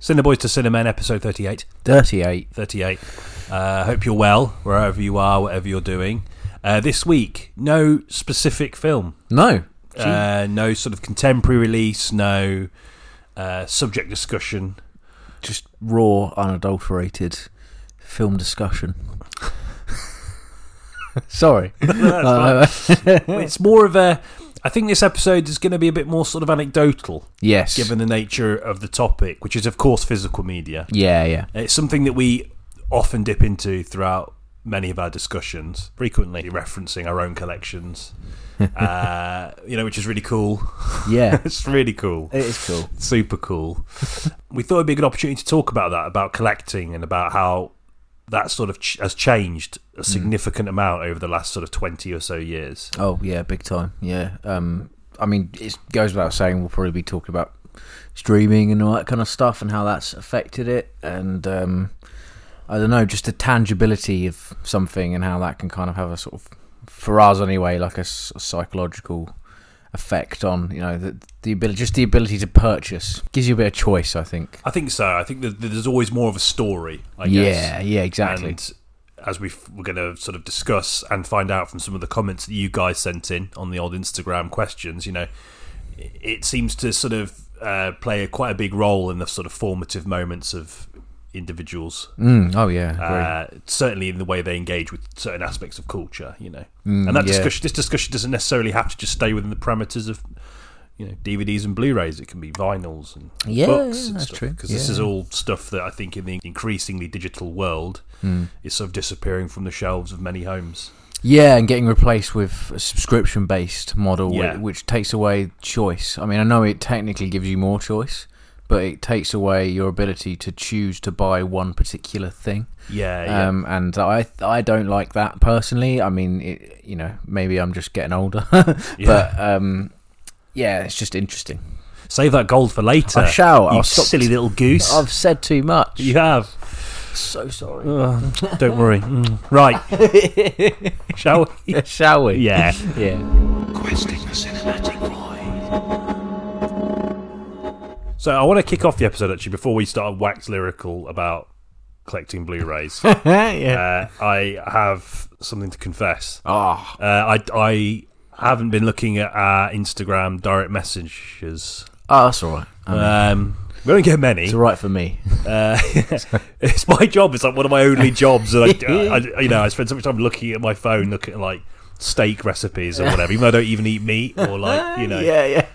Cineboys to Cinemen, episode 38. 38. 38. Uh, hope you're well, wherever you are, whatever you're doing. Uh, this week, no specific film, No. uh, no sort of contemporary release, no uh, subject discussion. Just raw, unadulterated film discussion. Sorry. Uh, It's more of a. I think this episode is going to be a bit more sort of anecdotal, yes. given the nature of the topic, which is, of course, physical media. yeah, yeah. It's something that we often dip into throughout many of our discussions, frequently referencing our own collections. uh, you know, which is really cool. Yeah. It's really cool. it is cool. Super cool. we thought it'd be a good opportunity to talk about that, about collecting and about how that sort of ch- has changed a significant amount over the last sort of 20 or so years. Oh, yeah, big time. Yeah. Um, I mean, it goes without saying we'll probably be talking about streaming and all that kind of stuff and how that's affected it. And um, I don't know, just the tangibility of something and how that can kind of have a sort of, for us anyway, like a s- psychological effect on you know the the ability just the ability to purchase gives you a bit of choice i think I think so. I think that that there's always more of a story, I guess. yeah yeah exactly And as we we're going to sort of discuss and find out from some of the comments that you guys sent in on the old Instagram questions, you know, it seems to sort of uh, play a, quite a big role in the sort of formative moments of individuals. mm, oh yeah agree. Uh, certainly in the way they engage with certain aspects of culture, you know. and that Mm, yeah. discussion, this discussion doesn't necessarily have to just stay within the parameters of. You know, DVDs and Blu-rays. It can be vinyls and Yeah, books. yeah, and that's stuff. true. Because this Yeah. is all stuff that I think in the increasingly digital world Mm. is sort of disappearing from the shelves of many homes. Yeah, and getting replaced with a subscription based model, whi- Yeah. which, takes away choice. I mean, I know it technically gives you more choice, but it takes away your ability to choose to buy one particular thing. Yeah, Uh, yeah. Um, and I I don't like that personally. I mean, it, you know, maybe I'm just getting older, Yeah. but um, yeah, it's just interesting. Save that gold for later. I shall. You I'll stop- silly little goose. I've said too much. you have. So sorry. Ugh, don't worry. Mm. Right. shall we? Shall we? Yeah. Yeah. Questing the cinematic void. So I want to kick off the episode actually before we start wax lyrical about collecting Blu-rays. yeah. uh, I have something to confess. Ah. Uh, I I haven't been looking at our Instagram direct messages. Oh, that's all right. Um, Um, we don't get many. it's all right for me. Uh, it's my job. It's like one of my only jobs, and I, I- you know, I spend so much time looking at my phone, looking at like steak recipes or whatever. Even though I don't even eat meat, or like you know, yeah.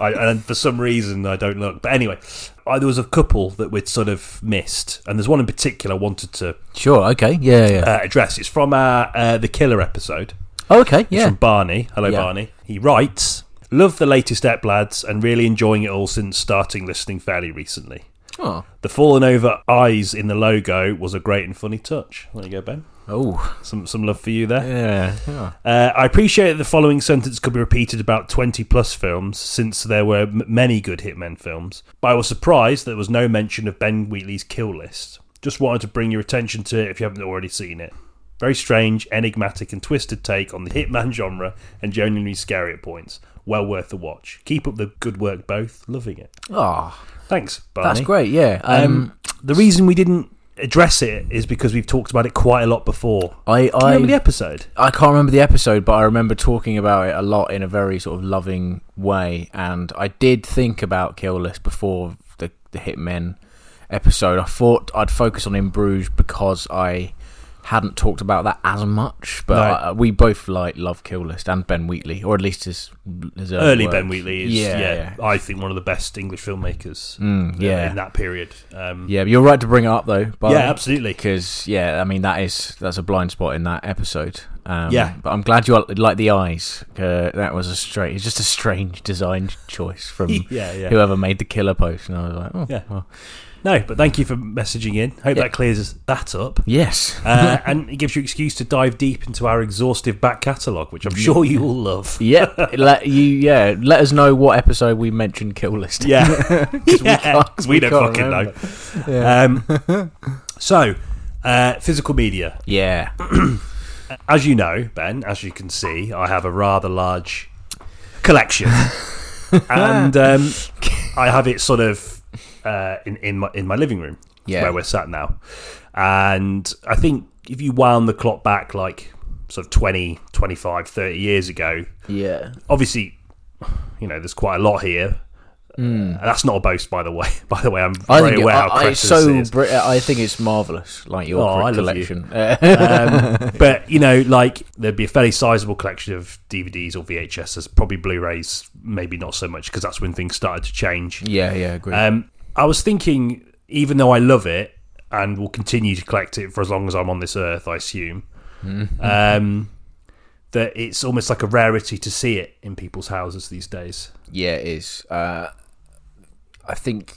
I, and for some reason I don't look. But anyway, I, there was a couple that we'd sort of missed, and there's one in particular I wanted to Sure. Okay. Yeah. Yeah. uh, address. It's from our uh, the Killer episode. Oh, okay. It's Yeah. from Barney. Hello, Yeah. Barney. He writes, "Love the latest Ep lads, and really enjoying it all since starting listening fairly recently." Oh. The fallen over eyes in the logo was a great and funny touch. There you go, Ben. Oh. Some some love for you there. Yeah. Uh, I appreciate that the following sentence could be repeated about 20 plus films, since there were m- many good Hitmen films. But I was surprised there was no mention of Ben Wheatley's Kill List. Just wanted to bring your attention to it if you haven't already seen it. Very strange, enigmatic, and twisted take on the Hitman genre, and genuinely scary at points. Well worth the watch. Keep up the good work, both. Loving it. Oh, Thanks, Barney. that's great. Yeah. Um, Um, the reason we didn't address it is because we've talked about it quite a lot before. I Do you I remember the episode? I can't remember the episode, but I remember talking about it a lot in a very sort of loving way, and I did think about Kill List before the the Hitmen episode. I thought I'd focus on In Bruges because I hadn't talked about that as much, but No. I- we both like love Kill List and Ben Wheatley, or at least his his early, Early work. Ben Wheatley is, yeah, Yeah, I think one of the best English filmmakers Mm, uh, yeah. in that period. Um, Yeah, you're right to bring it up though. Barney. yeah, absolutely. because yeah, I mean that is that's a blind spot in that episode. Um, Yeah. but I'm glad you are- like the eyes. Uh, that was a straight, it's just a strange design choice from yeah, yeah. whoever made the killer post, and I was like, oh, Yeah. well, No, but thank you for messaging in. Hope Yeah. that clears that up. yes, Uh, and it gives you excuse to dive deep into our exhaustive back catalogue, which I'm sure you will love. yeah. Let you, yeah. Let us know what episode we mentioned kill list. Yeah, because can't- we, we don't can't fucking remember. know. Um, so, uh, physical media. yeah, As you know, Ben, as you can see, I have a rather large collection, and um, I have it sort of uh, in in my in my living room, Yeah. where we're sat now. And I think if you wound the clock back like sort of 20, 25, 30 years ago, Yeah. obviously, you know, there's quite a lot here. Uh, that's not a boast, by the way. By the way, I'm Hmm. I very think, it, aware I, how I, it's precious it so is. br- I think it's marvelous, like your Oh, I love you. collection. um, but you know, like there'd be a fairly sizable collection of DVDs or VHSs, probably Blu-rays, maybe not so much because that's when things started to change. yeah, yeah, agree. Um, I was thinking, even though I love it and will continue to collect it for as long as I'm on this earth, I assume, um, that it's almost like a rarity to see it in people's houses these days. Yeah, it is. Uh, I think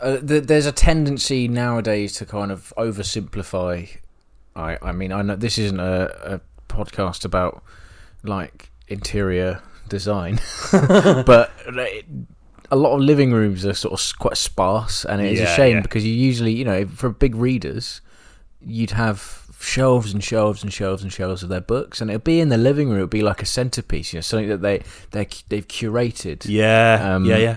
uh, th- there's a tendency nowadays to kind of oversimplify. I, I mean, I know this isn't a, a podcast about like interior design, but like, a lot of living rooms are sort of s- quite sparse, and it is Yeah, a shame yeah. because you usually, you know, for big readers, you'd have shelves and shelves and shelves and shelves of their books, and it'd be in the living room. It'd be like a centerpiece, you know, something that they they they've curated, Yeah, Um, yeah, yeah.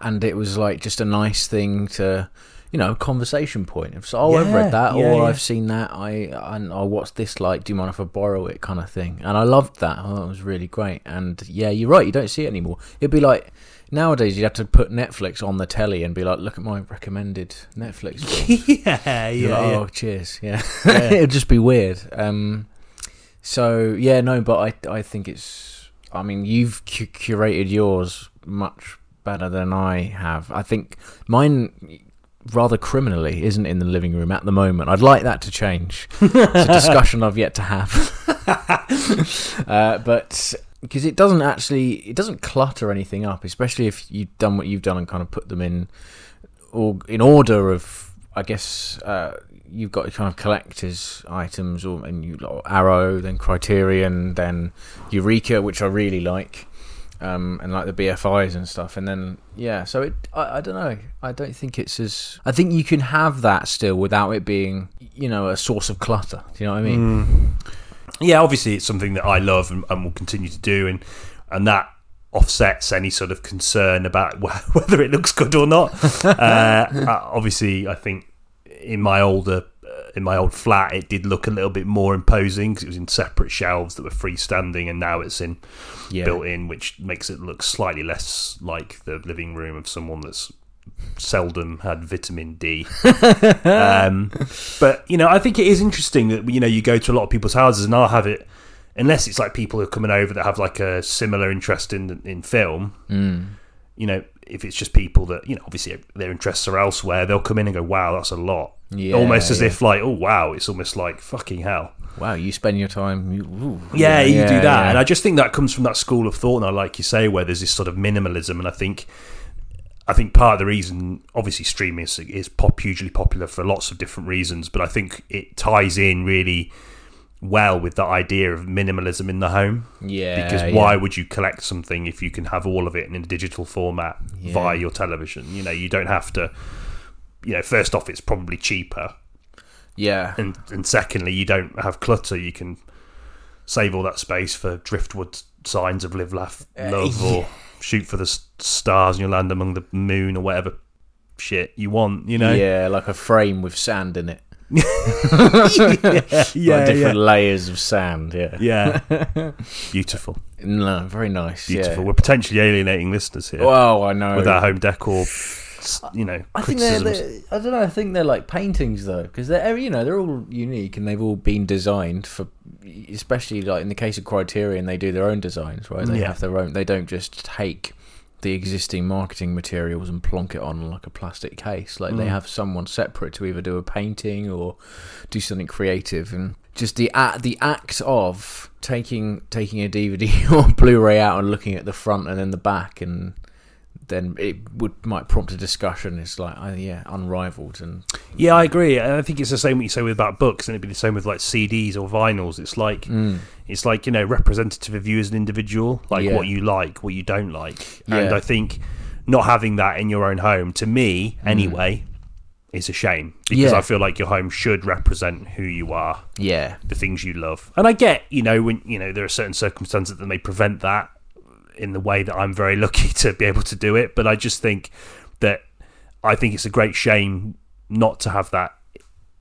and it was like just a nice thing to. You know, a conversation point. It's oh, I've Yeah, read that, yeah, or yeah. I've seen that. I and I what's this like? Do you mind if I borrow it? Kind of thing. And I loved that. Oh, it was really great. And yeah, you're right. You don't see it anymore. It'd be like nowadays you'd have to put Netflix on the telly and be like, look at my recommended Netflix. film." yeah, yeah, You're like, yeah. Oh, cheers. Yeah. It'd just be weird. Um, so yeah, no, but I I think it's. I mean, you've cu- curated yours much better than I have. I think mine rather criminally isn't in the living room at the moment. I'd like that to change. it's a discussion I've yet to have. uh, but because it doesn't actually it doesn't clutter anything up, especially if you've done what you've done and kind of put them in or in order of I guess uh, you've got kind of collectors items or and you or Arrow, then Criterion, then Eureka, which I really like. Um, and like the BFIs and stuff, and then yeah, so it I, I don't know. I don't think it's as I think you can have that still without it being you know a source of clutter. Do you know what I mean? Mm, yeah, obviously it's something that I love and, and will continue to do, and and that offsets any sort of concern about wh- whether it looks good or not. uh, uh, obviously, I think in my older uh, in my old flat, it did look a little bit more imposing because it was in separate shelves that were freestanding, and now it's in Yeah, built in, which makes it look slightly less like the living room of someone that's seldom had vitamin D. um, but you know, I think it is interesting that you know you go to a lot of people's houses, and I'll have it unless it's like people who are coming over that have like a similar interest in in film. Mm. You know, if it's just people that you know, obviously their interests are elsewhere, they'll come in and go, "Wow, that's a lot." Yeah, almost as yeah. if like, "Oh wow," it's almost like fucking hell. wow, you spend your time. You, ooh, Yeah, you do that. yeah. And I just think that comes from that school of thought, and I like you say, where there's this sort of minimalism. And I think, I think part of the reason, obviously, streaming is, is pop hugely popular for lots of different reasons, but I think it ties in really well with that idea of minimalism in the home. yeah, Because why would you collect something if you can have all of it in a digital format Yeah. via your television? You know, you don't have to. You know, first off, it's probably cheaper Yeah, and and secondly, you don't have clutter. You can save all that space for driftwood signs of live, laugh, Uh, love, or shoot for the s- stars and you'll land among the moon or whatever shit you want. You know, yeah, like a frame with sand in it. yeah, yeah, yeah, different yeah. layers of sand. Yeah, Yeah. beautiful, no, very nice. beautiful. Yeah. We're potentially alienating listeners here Well, I know. with our home decor. s- You know, I think they're, criticisms. they're. I don't know. I think they're like paintings though, because they're you know they're all unique and they've all been designed for. Especially like in the case of Criterion, they do their own designs, right? They Yeah. have their own. They don't just take the existing marketing materials and plonk it on like a plastic case. Like Mm. they have someone separate to either do a painting or do something creative and just the act, the act of taking taking a DVD or Blu-ray out and looking at the front and then the back and then it would might prompt a discussion. It's like uh, yeah, unrivaled and Yeah, I agree. And I think it's the same what you say with about books, and it'd be the same with like CDs or vinyls. It's like it's like you know representative of you as an individual, like Mm. Yeah. what you like, what you don't like. And Yeah. I think not having that in your own home, to me anyway, is a shame because Mm. Yeah. I feel like your home should represent who you are, yeah, the things you love. And I get you know when you know there are certain circumstances that may prevent that in the way that I'm very lucky to be able to do it. But I just think that I think it's a great shame not to have that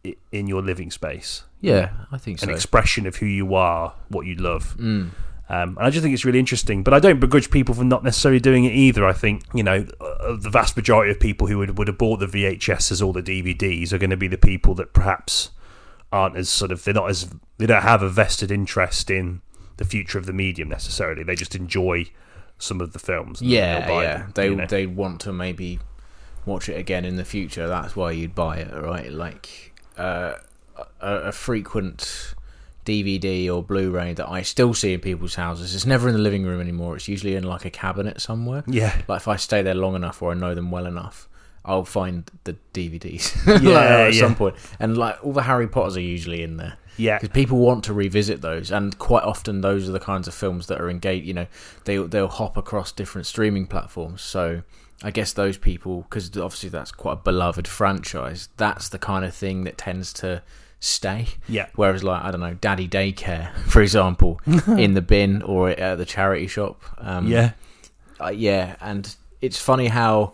i- in your living space, Yeah, I think so. an expression of who you are, what you love. Um, and I just think it's really interesting. But I don't begrudge people for not necessarily doing it either. I think, you know, uh, the vast majority of people who would, would have bought the VHSs or the DVDs are going to be the people that perhaps aren't as sort of, they're not as, they don't have a vested interest in the future of the medium necessarily. They just enjoy some of the films. and yeah, they'll buy yeah. them, They you know. they want to maybe watch it again in the future. That's why you'd buy it, right? Like uh, a, a frequent DVD or Blu-ray that I still see in people's houses. It's never in the living room anymore. It's usually in like a cabinet somewhere. Yeah. Like if I stay there long enough or I know them well enough, I'll find the DVDs Yeah, Like, at yeah. some point. And like all the Harry Potters are usually in there. Yeah. because people want to revisit those, and quite often those are the kinds of films that are engaged. You know, they they'll hop across different streaming platforms. So I guess those people, because obviously that's quite a beloved franchise, that's the kind of thing that tends to stay. Yeah. Whereas, like I don't know, Daddy Daycare, for example, in the bin or at the charity shop. Um, Yeah. uh, yeah, and it's funny how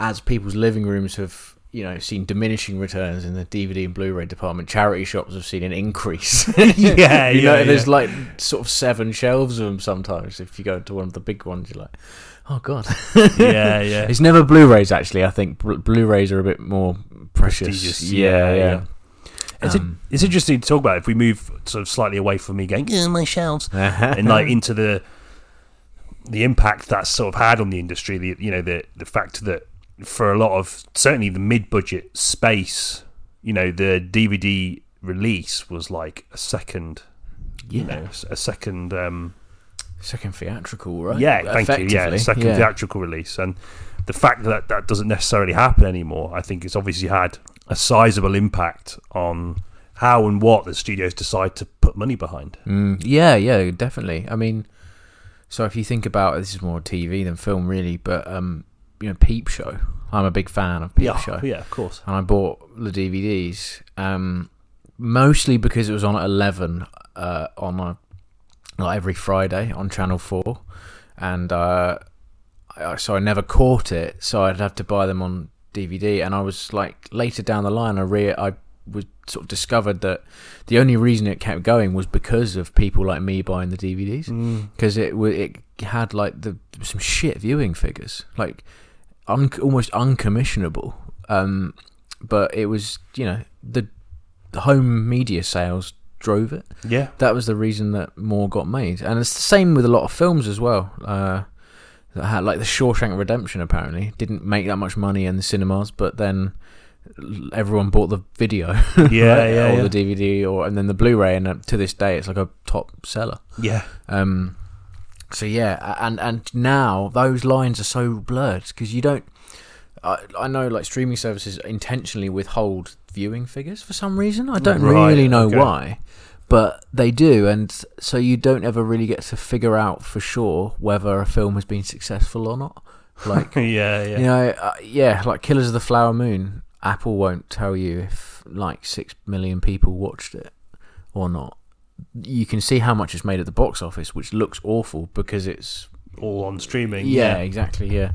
as people's living rooms have you know seen diminishing returns in the DVD and Blu-ray department, charity shops have seen an increase. Yeah. yeah, you know, yeah. there's like sort of seven shelves of them sometimes. If you go to one of the big ones, you're like, oh god, yeah, yeah. it's never Blu-rays. Actually, I think Blu- Blu-rays are a bit more precious. Prestigious, yeah, yeah. It's, Um, it's interesting to talk about if we move sort of slightly away from me going, yeah, my shelves, yeah. and like into the the impact that's sort of had on the industry. The you know the the fact that for a lot of certainly the mid budget space, you know the DVD release was like a second, you know, a second. um second theatrical, right? yeah, thank you. Yeah, Effectively, the second yeah. theatrical release, and the fact that that doesn't necessarily happen anymore, I think it's obviously had a sizable impact on how and what the studios decide to put money behind. Mm, yeah, yeah, definitely. I mean, so if you think about this is more TV than film, really, but um, you know, Peep Show. I'm a big fan of Peep yeah, Show, yeah, of course. and I bought the DVDs um, mostly because it was on at eleven uh, on a, like every Friday on Channel Four, and uh, I, so I never caught it, so I'd have to buy them on DVD. And I was like later down the line, I re I was sort of discovered that the only reason it kept going was because of people like me buying the DVDs because it wa- it had like the some shit viewing figures like un- almost uncommissionable. Um, but it was you know the the home media sales drove it Yeah, that was the reason that more got made, and it's the same with a lot of films as well. Uh, that had, like the Shawshank Redemption, apparently didn't make that much money in the cinemas, but then l- everyone bought the video, yeah, yeah, or yeah. the DVD, or and then the Blu-ray, and uh, to this day, it's like a top seller. yeah. Um, so yeah, a- and and now those lines are so blurred because you don't. I, I know like streaming services intentionally withhold viewing figures for some reason. I don't Right, really know okay. why, but they do, and so you don't ever really get to figure out for sure whether a film has been successful or not. Like Yeah, yeah, you know, uh, yeah, like Killers of the Flower Moon, Apple won't tell you if like six million people watched it or not. You can see how much it's made at the box office, which looks awful because it's All on streaming. yeah, exactly, yeah.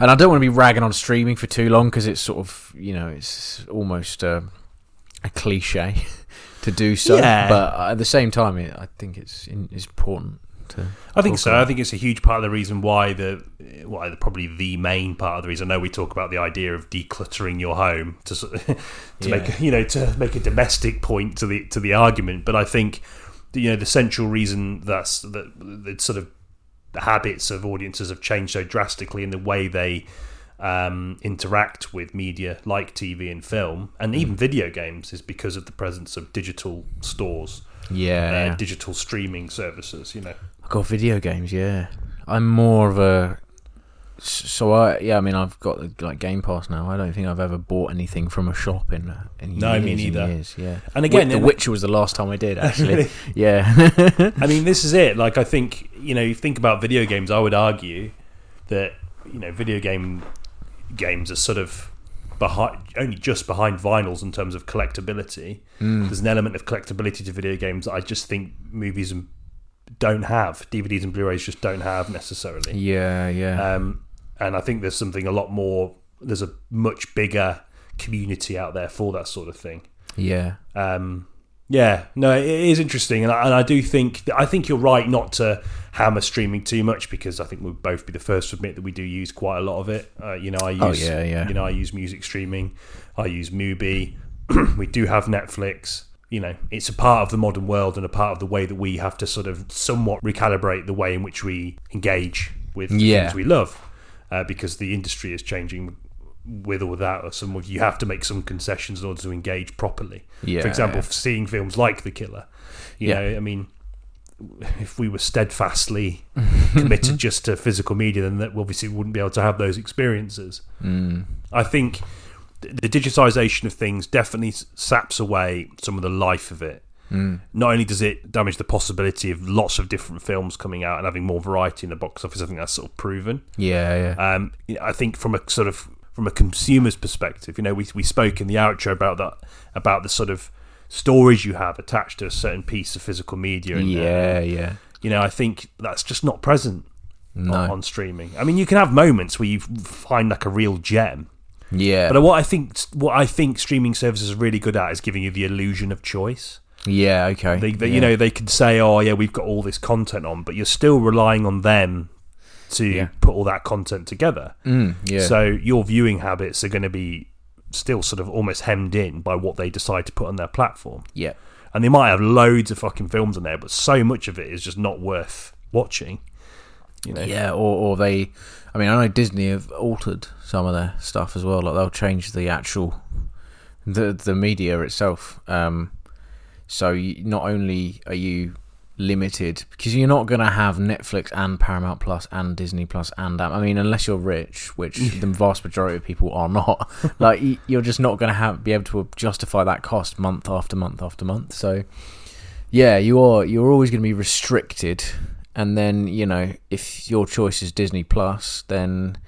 And I don't want to be ragging on streaming for too long because it's sort of you know it's almost uh, a cliche to do so, Yeah. but at the same time, it, I think it's, in, it's important to. I think talk so. about. I think it's a huge part of the reason why the why the, probably the main part of the reason. I know we talk about the idea of decluttering your home to sort- to Yeah. make you know to make a domestic point to the to the argument, but I think the- you know the central reason that's that the sort of the habits of audiences have changed so drastically in the way they um, interact with media like TV and film Hmm. and even video games is because of the presence of digital stores, Yeah, uh, yeah. digital streaming services. You know. I got video games, yeah. I'm more of a so I yeah. I mean, I've got like Game Pass now. I don't think I've ever bought anything from a shop in in No, years me and neither. years, yeah, And again, The in- Witcher was the last time I did actually. yeah, I mean, this is it. Like, I think you know, you think about video games. I would argue that you know, video game games are sort of behind, only just behind vinyls in terms of collectability. There's an element of collectability to video games that I just think movies and don't have. DVDs and Blu-rays just don't have necessarily. Yeah, yeah. Um, and I think there's something a lot more. There's a much bigger community out there for that sort of thing. yeah. Um, yeah, no, it is interesting, and I, and I do think I think you're right not to hammer streaming too much because I think we'll both be the first to admit that we do use quite a lot of it. Uh, you know, I use Oh, yeah, yeah. you know I use music streaming, I use Mubi, we do have Netflix. You know, it's a part of the modern world and a part of the way that we have to sort of somewhat recalibrate the way in which we engage with the Yeah. things we love uh, because the industry is changing with or without us, and you have to make some concessions in order to engage properly. Yeah. For example, seeing films like The Killer. You Yeah. know, I mean, if we were steadfastly committed just to physical media, then that obviously we wouldn't be able to have those experiences. Mm. I think th- the digitization of things definitely s- saps away some of the life of it. Mm. Not only does it damage the possibility of lots of different films coming out and having more variety in the box office, I think that's sort of proven. Yeah, yeah. Um, you know, I think from a sort of from a consumer's perspective, you know, we we spoke in the outro about that about the sort of stories you have attached to a certain piece of physical media. And, uh, yeah, yeah. you know, I think that's just not present No. on, on streaming. I mean, you can have moments where you find like a real gem, yeah. but what I think what I think streaming services are really good at is giving you the illusion of choice. yeah, okay. They, they yeah. you know, they can say, "Oh, yeah, we've got all this content on," but you're still relying on them to Yeah. put all that content together. Mm, yeah. So your viewing habits are going to be still sort of almost hemmed in by what they decide to put on their platform. yeah. And they might have loads of fucking films on there, but so much of it is just not worth watching. You know? Yeah, or, or they. I mean, I know Disney have altered some of their stuff as well. Like they'll change the actual, the the media itself. Um, so you, not only are you limited because you're not going to have Netflix and Paramount Plus and Disney Plus and um, I mean, unless you're rich, which the vast majority of people are not. like y- you're just not going to have be able to justify that cost month after month after month. So yeah, you are. You're always going to be restricted, and then you know if your choice is Disney Plus, then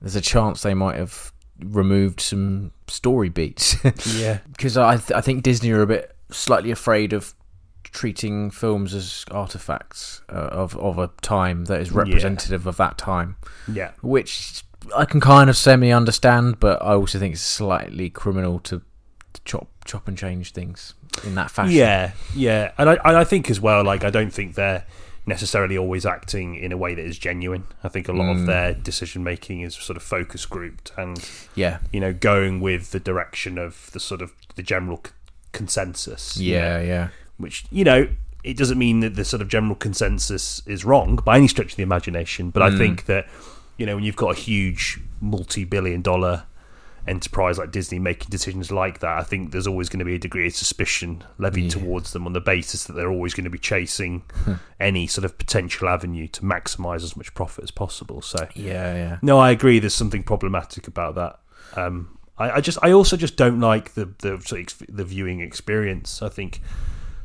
there's a chance they might have removed some story beats Yeah. because I th- I think Disney are a bit slightly afraid of treating films as artifacts uh, of of a time that is representative of that time, Yeah. which I can kind of semi understand, but I also think it's slightly criminal to chop chop and change things in that fashion. Yeah, yeah, and I and I think as well, like I don't think they're necessarily always acting in a way that is genuine. I think a lot Mm. of their decision making is sort of focus grouped and yeah, you know going with the direction of the sort of the general c- consensus. you know, yeah, yeah. which you know it doesn't mean that the sort of general consensus is wrong by any stretch of the imagination. But I think that you know when you've got a huge multi-billion-dollar enterprise like Disney making decisions like that, I think there's always going to be a degree of suspicion levied towards them on the basis that they're always going to be chasing any sort of potential avenue to maximise as much profit as possible. So Yeah, yeah. no, I agree. There's something problematic about that. Um, I, I just, I also just don't like the the sort of ex- the viewing experience. I think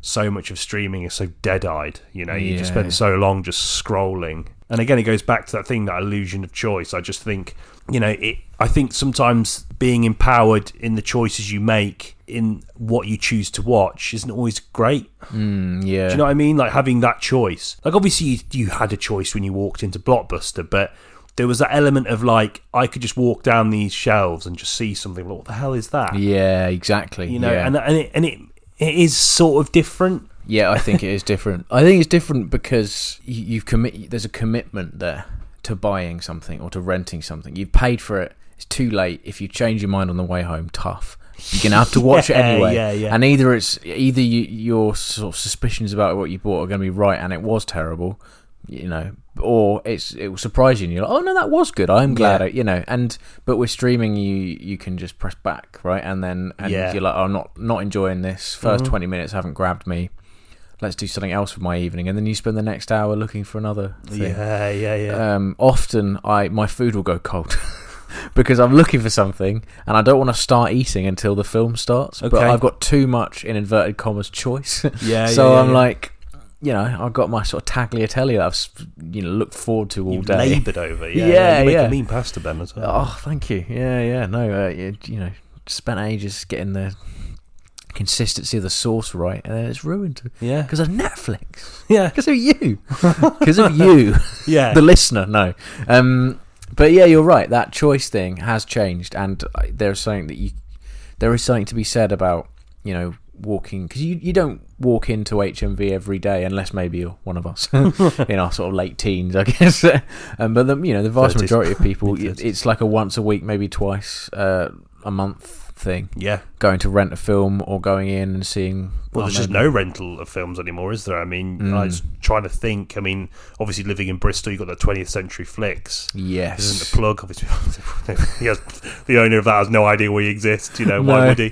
so much of streaming is so dead-eyed. You know, you just Yeah. spend so long just scrolling. And again, it goes back to that thing, that illusion of choice. I just think, you know, it. I think sometimes being empowered in the choices you make in what you choose to watch isn't always great. Mm, yeah. Do you know what I mean? Like having that choice. Like obviously you, you had a choice when you walked into Blockbuster, but there was that element of like I could just walk down these shelves and just see something. Like, what the hell is that? yeah, exactly. You know, yeah. and and it and it, it is sort of different. yeah, I think it is different. I think it's different because you, you've commit. There's a commitment there to buying something or to renting something. You've paid for it. It's too late. If you change your mind on the way home, tough. You're gonna have to watch Yeah, it anyway. yeah, yeah. And either it's either you, your sort of suspicions about what you bought are gonna be right, and it was terrible, you know, or it's it will surprise you. and You're like, oh no, that was good. I'm glad. Yeah. I, you know, and but with streaming, you you can just press back, right, and then and Yeah. Mm-hmm. you're like, oh, I'm not not enjoying this. 1st twenty minutes haven't grabbed me let's do something else for my evening and then you spend the next hour looking for another thing Yeah, yeah, yeah. um, often i my food will go cold because i'm looking for something and i don't want to start eating until the film starts but Okay. i've got too much in inverted commas choice Yeah, so yeah, yeah, i'm yeah. like you know i've got my sort of tagliatelle that i've s- you know looked forward to all You've day Oh, laboured over. Yeah, Yeah, You make yeah. a mean pasta, Ben, as well. oh thank you yeah yeah no uh, you, you know spent ages getting the consistency of the source right, and then it's ruined Yeah. because of Netflix, Yeah. because of you, because of you, Yeah. the listener. No, um, but yeah, you're right. That choice thing has changed, and I- there's something that you, there is something to be said about you know walking because you you don't walk into HMV every day unless maybe you're one of us in our sort of late teens, I guess. um, but the, you know, the vast 30s. majority of people, Mid-thirties. it's like a once a week, maybe twice uh, a month thing yeah. going to rent a film or going in and seeing. Well, there's just maybe- no rental of films anymore, is there? I mean, Oh, Mm. I was trying to think. I mean, obviously, living in Bristol, you've got the 20th Century Flicks. Yes. This isn't a plug, obviously. he has, the owner of that has no idea we exist. You know, why No. would he?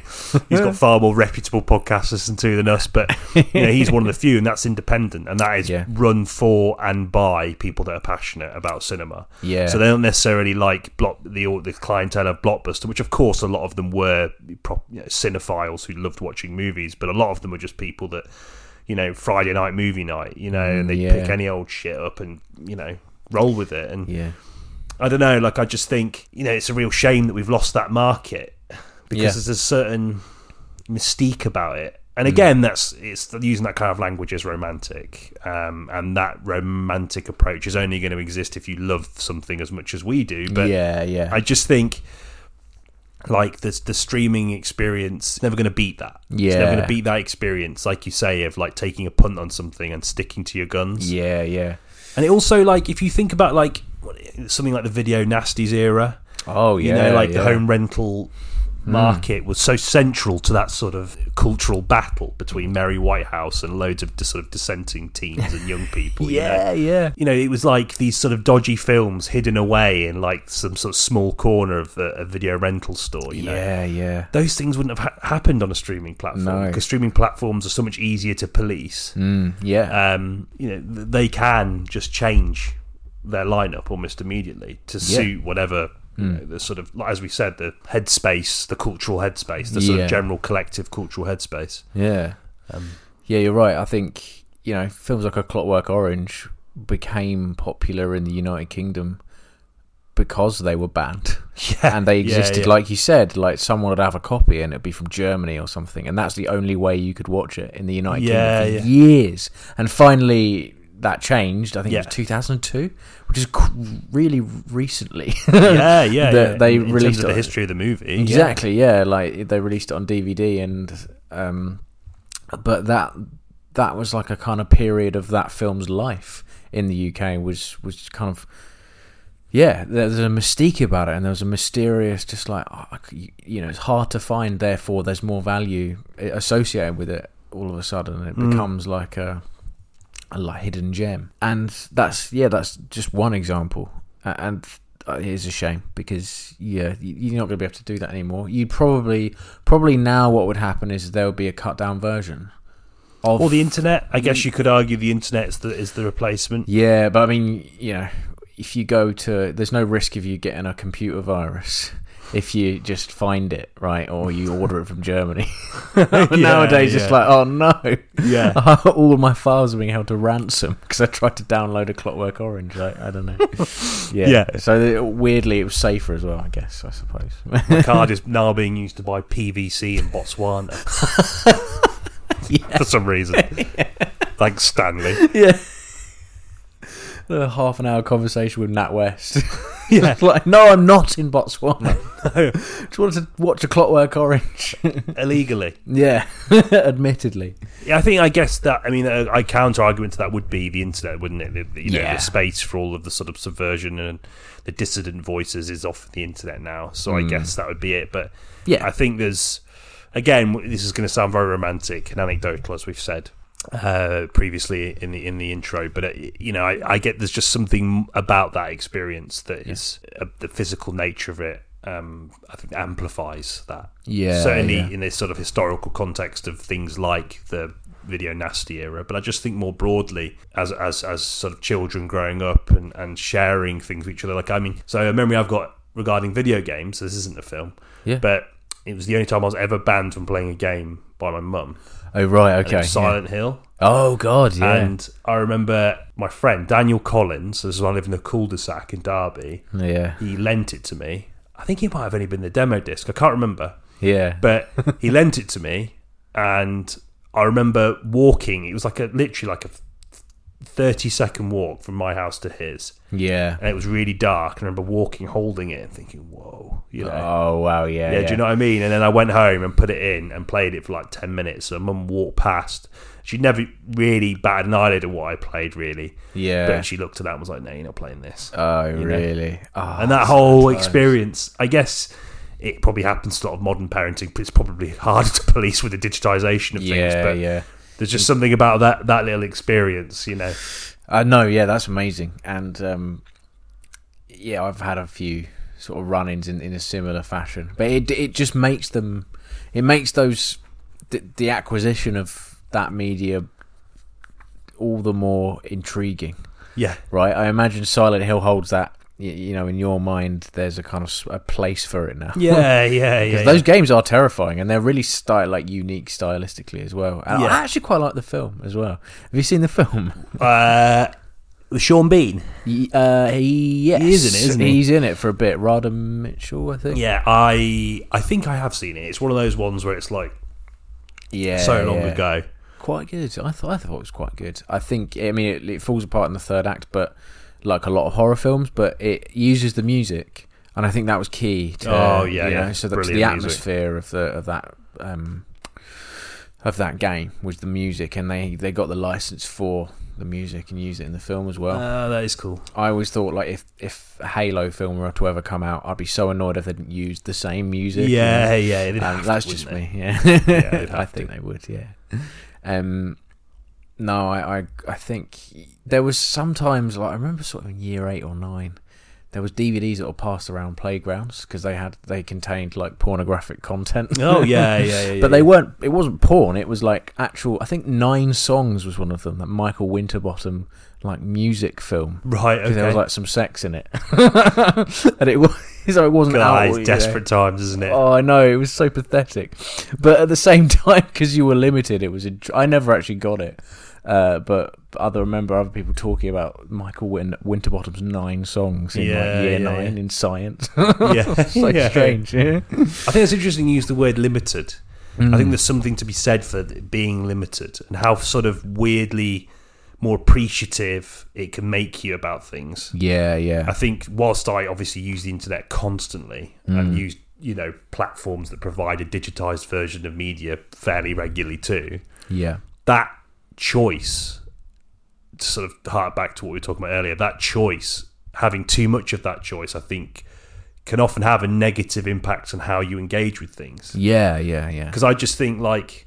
He's got far more reputable podcasts to listen to than us, but you know, he's one of the few, and that's independent, and that is Yeah. run for and by people that are passionate about cinema. Yeah. So they don't necessarily like block the the clientele of blockbuster, which of course a lot of them were prop, you know, cinephiles who loved watching movies, but a lot of them were just people that you know Friday night movie night, you know, and they Mm, yeah. pick any old shit up and you know roll with it. And yeah. I don't know, like I just think you know it's a real shame that we've lost that market because Yeah. Mm. there's a certain mystique about it. And again, that's it's using that kind of language is romantic, um, and that romantic approach is only going to exist if you love something as much as we do. But yeah. Yeah. I just think like the the streaming experience is never going to beat that. It's never Yeah. going to beat that experience, like you say, of like taking a punt on something and sticking to your guns. yeah. Yeah. And it also like if you think about like something like the video nasties era, Oh yeah. you know, like the yeah. Hmm. home rental market was so central to that sort of cultural battle between Mary Whitehouse and loads of dis- sort of dissenting teens and young people. you know? Yeah. Yeah. you know, it was like these sort of dodgy films hidden away in like some sort of small corner of a, a video rental store. You know, Yeah. Yeah. those things wouldn't have ha- happened on a streaming platform No. because streaming platforms are so much easier to police. Mm, yeah. Um, you know, th- they can just change their lineup almost immediately to Yeah. Hmm. suit whatever. You know, the sort of, like, as we said, the headspace, the cultural headspace, the sort Yeah. of general collective cultural headspace. yeah. um, yeah. You're right. I think you know films like A Clockwork Orange became popular in the United Kingdom because they were banned. Yeah, and they yeah, existed yeah. like you said like someone would have a copy and it'd be from germany or something and that's the only way you could watch it in the united Yeah, kingdom for years and finally that changed i think it Yeah. was 2002 which is cr- really recently yeah, yeah. That yeah. they in, in terms released of the it- history of the movie. yeah. exactly yeah. like they released it on dvd and um but that that was like a kind of period of that film's life in the uk was was kind of yeah there's a mystique about it and there was a mysterious just like oh, I c- you know it's hard to find therefore there's more value i- associated with it all of a sudden it Mm. becomes like a a like hidden gem and that's yeah that's just one example A- and uh, it is a shame because yeah y- you're not going to be able to do that anymore you probably probably now what would happen is there would be a cut down version of Or the internet. I guess you could argue the internet is the, is the replacement. yeah but i mean you know if you go to there's no risk of you getting a computer virus if you just find it right or you order it from germany nowadays it's yeah. like oh no Yeah. all my files are being held to ransom because I tried to download a Clockwork Orange. I, I don't know. Yeah. Yeah. So the, weirdly, it was safer as well. I guess. I suppose. My card is now being used to buy PVC in Botswana for some reason. Thanks, Stanley. yeah. A half an hour conversation with Nat West. Yeah. It's like, no, I'm not in Botswana. Just wanted to watch a Clockwork Orange. Illegally. yeah. Admittedly. Yeah, I think, I guess that, I mean, a, a counter argument to that would be the internet, wouldn't it? The, the- you know, Yeah. the space for all of the sort of subversion and the dissident voices is off the internet now. So I guess that would be it. But Mm. Yeah. I think there's, again, this is going to sound very romantic and anecdotal, as we've said uh, previously in the in the intro. But it, you know, I, I get there's just something about that experience that is uh, the physical nature of it. Um, I think amplifies that. Yeah, certainly yeah. in this sort of historical context of things like the video nasty era but i just think more broadly as as as sort of children growing up and and sharing things with each other like i mean so a memory i've got regarding video games this isn't a film Yeah. but it was the only time i was ever banned from playing a game by my mum oh right. It Okay. was silent hill Yeah. Oh god. Yeah. and I remember my friend Daniel Collins, this is when I live in a cul-de-sac in Derby, yeah. he lent it to me. I think it might have only been the demo disc, I can't remember. Yeah. But he lent it to me and I remember walking. It was like a literally like a thirty second walk from my house to his, Yeah. and it was really dark. And I remember walking, holding it, and thinking, "Whoa!" You know, Oh wow. Yeah. yeah, do you know what I mean? And then I went home and put it in and played it for like 10 minutes. So mum walked past. She never really batted an eyelid at what I played, really. Yeah. But she looked at that and was like, no, you're not playing this. oh you know. really? Oh, and that whole experience, I guess it probably happens to a lot of modern parenting, but it's probably harder to police with the digitization of things. yeah. But Yeah. there's just something about that, that little experience, you know. Uh, no, yeah, that's amazing. And um, yeah, I've had a few sort of run-ins in, in a similar fashion, but it it just makes them, it makes those the, the acquisition of that media all the more intriguing, Yeah. right? I imagine Silent Hill holds that. You, you know, in your mind, there's a kind of s- a place for it now. Yeah, yeah, yeah. Because those games are terrifying, and they're really style like unique stylistically as well. And Yeah. I actually quite like the film as well. Have you seen the film? Uh, with Sean Bean. Y- Uh, he- yes, He is in it, isn't he? He's in it for a bit. Rodham Mitchell, I think. Yeah, I I think I have seen it. It's one of those ones where it's like yeah so long yeah. ago. Quite good. I thought I thought it was quite good. I think. I mean, it, it falls apart in the third act, but like a lot of horror films, but it uses the music, and I think that was key. To, Oh, yeah, you yeah. Know, so that's the Brilliant music. atmosphere of the of that. Um, of that game was the music, and they they got the license for the music and used it in the film as well. Uh, that is cool. I always thought like if if a Halo film were to ever come out, I'd be so annoyed if they didn't use the same music. you know? Yeah, yeah. they'd Um, have to, that's wouldn't just they? me. Yeah, they'd I have think they would. Yeah. Um, no, I, I I think there was sometimes like I remember sort of in year eight or nine, there was DVDs that were passed around playgrounds because they had they contained like pornographic content. Oh yeah, yeah, yeah. yeah But they yeah. weren't. It wasn't porn. It was like actual. I think nine songs was one of them. That Michael Winterbottom like music film right. because there Okay. was like some sex in it, and it was so it wasn't God, out, it's you know. desperate times, isn't it? Oh, I know it was so pathetic, but at the same time, because you were limited, it was. int- I never actually got it, uh, but other remember other people talking about Michael Win- Winterbottom's nine songs in Yeah, like year yeah, nine yeah. in science. yeah, so yeah. strange. Yeah? I think it's interesting you use the word limited. I think there's something to be said for th- being limited and how sort of weirdly more appreciative it can make you about things. Yeah, yeah. I think whilst I obviously use the internet constantly and use you know platforms that provide a digitized version of media fairly regularly too, Yeah. that choice to sort of hark back to what we were talking about earlier, that choice, having too much of that choice, I think can often have a negative impact on how you engage with things. Yeah, yeah, yeah. Because I just think like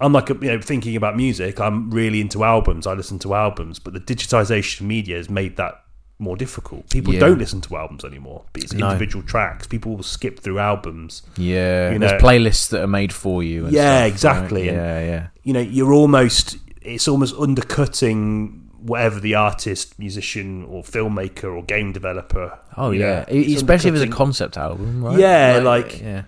I'm like you know thinking about music, I'm really into albums. I listen to albums, but the digitization of media has made that more difficult. People Yeah. don't listen to albums anymore. But it's No. individual tracks. People will skip through albums. Yeah. You know- There's playlists that are made for you. And Yeah, stuff, exactly, right? and- Yeah, yeah. you know you're almost it's almost undercutting whatever the artist musician or filmmaker or game developer Oh you know, yeah, it's especially if it's a undercutting- concept album, right? Yeah, like- yeah,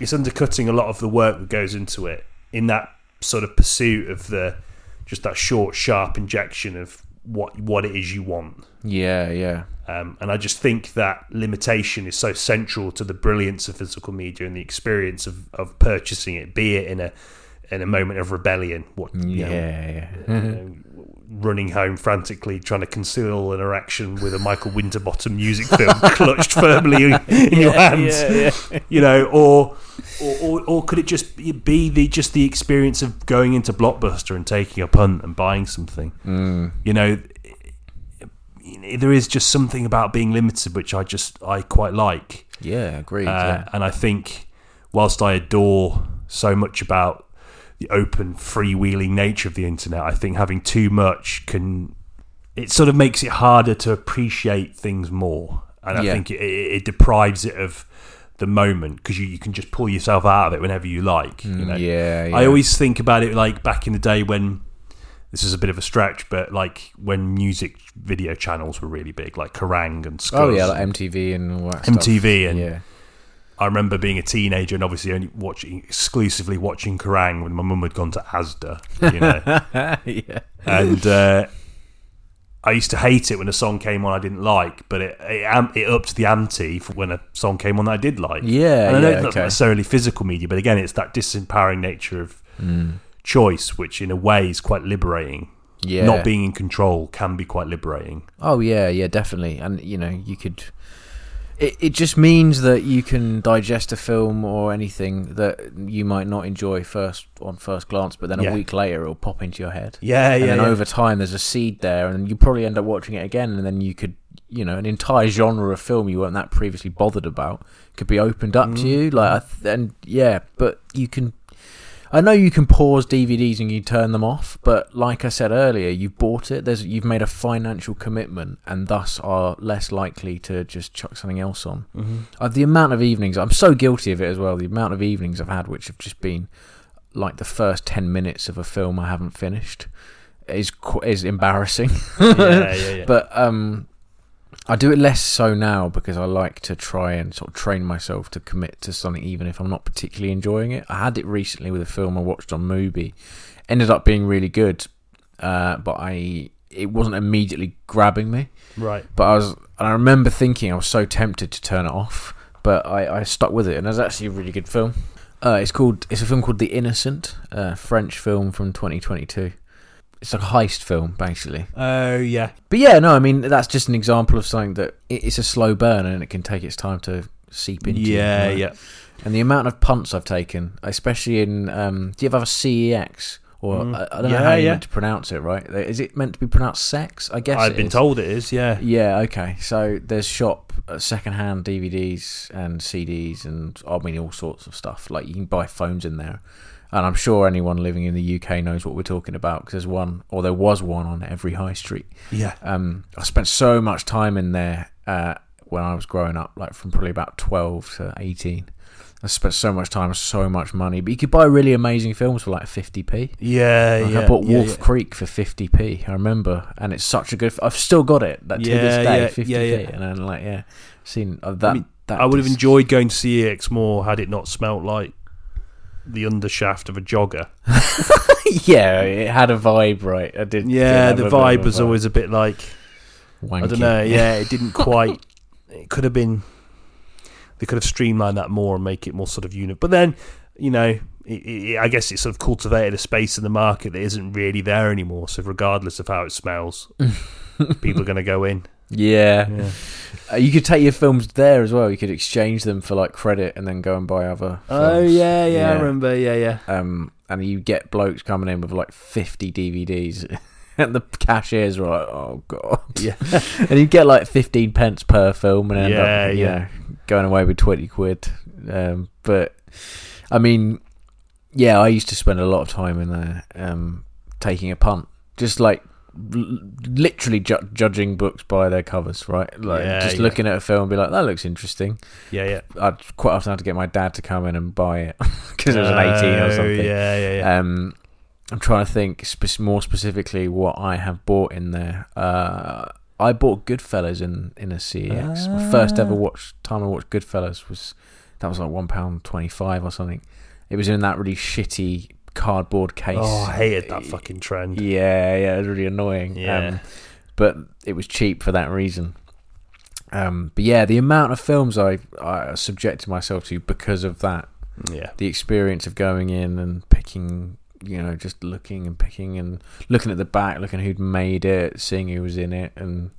it's undercutting a lot of the work that goes into it in that sort of pursuit of the just that short sharp injection of what what it is you want yeah, yeah, um, and I just think that limitation is so central to the brilliance of physical media and the experience of, of purchasing it, be it in a in a moment of rebellion, what yeah, you know, yeah. you know, running home frantically trying to conceal an erection with a Michael Winterbottom music film clutched firmly in, in your hands, you know, or, or or or could it just be the just the experience of going into Blockbuster and taking a punt and buying something? You know, there is just something about being limited which I just I quite like. Yeah, agreed. Uh, and I think, whilst I adore so much about the open, freewheeling nature of the internet, I think having too much can it sort of makes it harder to appreciate things more, and I Yeah. think it, it, it deprives it of the moment because you, you can just pull yourself out of it whenever you like. You know? Mm, yeah, yeah. I always think about it like back in the day when this is a bit of a stretch, but like when music video channels were really big, like Kerrang and Scuzz oh yeah, like MTV and all that. MTV stuff. and yeah, I remember being a teenager and obviously only watching exclusively watching Kerrang when my mum had gone to ASDA, you know. yeah, and uh, I used to hate it when a song came on I didn't like, but it it, am- it upped the ante for when a song came on that I did like. Yeah, and I know yeah, it's not okay. necessarily physical media, but again, it's that disempowering nature of Mm. choice, which in a way is quite liberating. Yeah. Not being in control can be quite liberating. Oh yeah, yeah, definitely. And you know, you could. It it just means that you can digest a film or anything that you might not enjoy first on first glance, but then a Yeah. week later it'll pop into your head. Yeah, and yeah. then yeah. over time, there's a seed there, and you probably end up watching it again, and then you could, you know, an entire genre of film you weren't that previously bothered about could be opened up Mm. to you. Like, I th- and yeah, but you can. I know you can pause DVDs and you turn them off, but like I said earlier, you've bought it. There's you've made a financial commitment, and thus are less likely to just chuck something else on. Mhm. Uh, the amount of evenings I'm so guilty of it as well. The amount of evenings I've had which have just been like the first ten minutes of a film I haven't finished is qu- is embarrassing. yeah, yeah, yeah. But um, I do it less so now because I like to try and sort of train myself to commit to something even if I'm not particularly enjoying it. I had it recently with a film I watched on Mubi, ended up being really good, uh, but I it wasn't immediately grabbing me right. but I was, and I remember thinking I was so tempted to turn it off, but I, I stuck with it, and it was actually a really good film. Uh, it's called, it's a film called The Innocent, a French film from 2022. It's like a heist film, basically. Oh yeah. But yeah, no, I mean that's just an example of something that it, it's a slow burn, and it can take its time to seep into. you, Yeah, you know? yeah. And the amount of punts I've taken, especially in, um, do you ever have a CEX? Or Mm. I, I don't Yeah, know how you yeah. meant to pronounce it, right? Uh, Is it meant to be pronounced sex? I guess I've it been is. told it is. Yeah. Yeah, okay. So there's shop uh, secondhand DVDs and CDs and I mean all sorts of stuff. Like you can buy phones in there, and I'm sure anyone living in the UK knows what we're talking about because there's one or there was one on every high street. Yeah. Um, I spent so much time in there uh, when I was growing up, like from probably about 12 to 18. I spent so much time, so much money, but you could buy really amazing films for like 50p. Yeah, Like yeah. I bought yeah, Wolf yeah. Creek for 50p. I remember, and it's such a good. I've still got it that to this Yeah, day, yeah, 50p, yeah, yeah. and I'm like, yeah, seen uh, that. mean, that I would have disc- enjoyed going to CEX more had it not smelt like the undershaft of a jogger. yeah, it had a vibe, right? I did. Yeah, did the have a bit vibe of a was vibe. always a bit like I Wanky. don't know. Yeah, it didn't quite. it could have been. They could have streamlined that more and make it more sort of unit. But then, you know, it, it, I guess it sort of cultivated a space in the market that isn't really there anymore. So regardless of how it smells, people are going to go in. yeah. Yeah. Uh, you could take your films there as well. You could exchange them for like credit, and then go and buy other. films. remember. Oh, Yeah, yeah. Um, and you get blokes coming in with like 50 DVDs. And the cashiers were like, "Oh god!" Yeah. and you get like fifteen pence per film, and end Yeah, up, you yeah. know, going away with twenty quid. Um, but I mean, yeah, I used to spend a lot of time in there, um, taking a punt, just like l- literally ju- judging books by their covers, right? Like Yeah, just yeah. looking at a film and be like, "That looks interesting." Yeah, yeah. I'd quite often had to get my dad to come in and buy it because it was an eighteen or Oh, something. Yeah, yeah, yeah. Um, I'm trying to think spe- more specifically what I have bought in there. Uh, I bought Goodfellas in in a CEX. My first ever Ah. watch time I watched Goodfellas was that was like one pound twenty five or something. It was in that really shitty cardboard case. Oh, I hated that fucking trend. Yeah, yeah, it was really annoying. Yeah. Um, but it was cheap for that reason. Um, but yeah, the amount of films I, I subjected myself to because of that Yeah. the experience of going in and picking you know just looking and picking and looking at the back looking who'd made it seeing who was in it and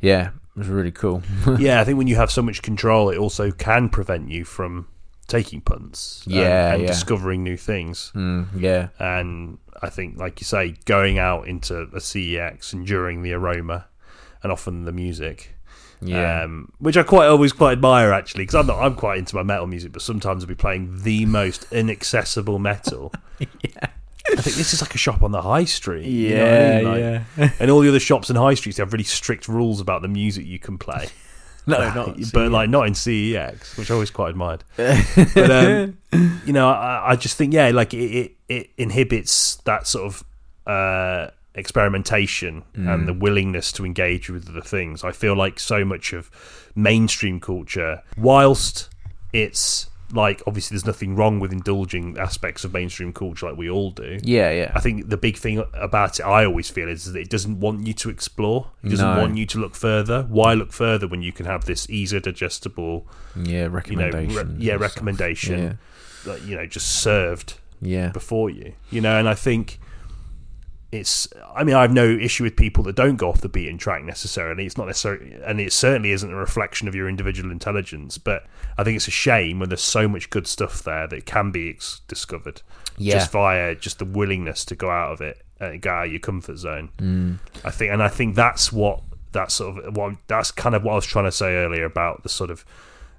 yeah it was really cool yeah, I think when you have so much control, it also can prevent you from taking punts. and- Yeah, and yeah. discovering new things. mm, yeah And I think, like you say, going out into a CEX, enduring the aroma, and often the music. yeah Um, which I quite always quite admire actually because I'm not I'm quite into my metal music, but sometimes I'll be playing the most inaccessible metal. I think this is like a shop on the high street. you know what I mean? Like- yeah. And all the other shops and high streets they have really strict rules about the music you can play. no, not but like not in CEX, which I always quite admired. but um, you know, I, I just think yeah, like it, it, it inhibits that sort of uh, experimentation and the willingness to engage with the things. I feel like so much of mainstream culture, whilst it's like obviously there's nothing wrong with indulging aspects of mainstream culture like we all do. yeah yeah I think the big thing about it, I always feel, is that it doesn't want you to explore. It doesn't No. want you to look further. Why look further when you can have this easier, digestible, yeah you know, recommendation re- yeah, recommendation, yeah that, you know, just served Yeah. before you, you know. And I think it's. I mean, I have no issue with people that don't go off the beaten track necessarily. It's not necessarily, and it certainly isn't a reflection of your individual intelligence. But I think it's a shame when there's so much good stuff there that can be ex- discovered Yeah. just via just the willingness to go out of it and go out of your comfort zone. Mm. I think, and I think that's what that's sort of what that's kind of what I was trying to say earlier about the sort of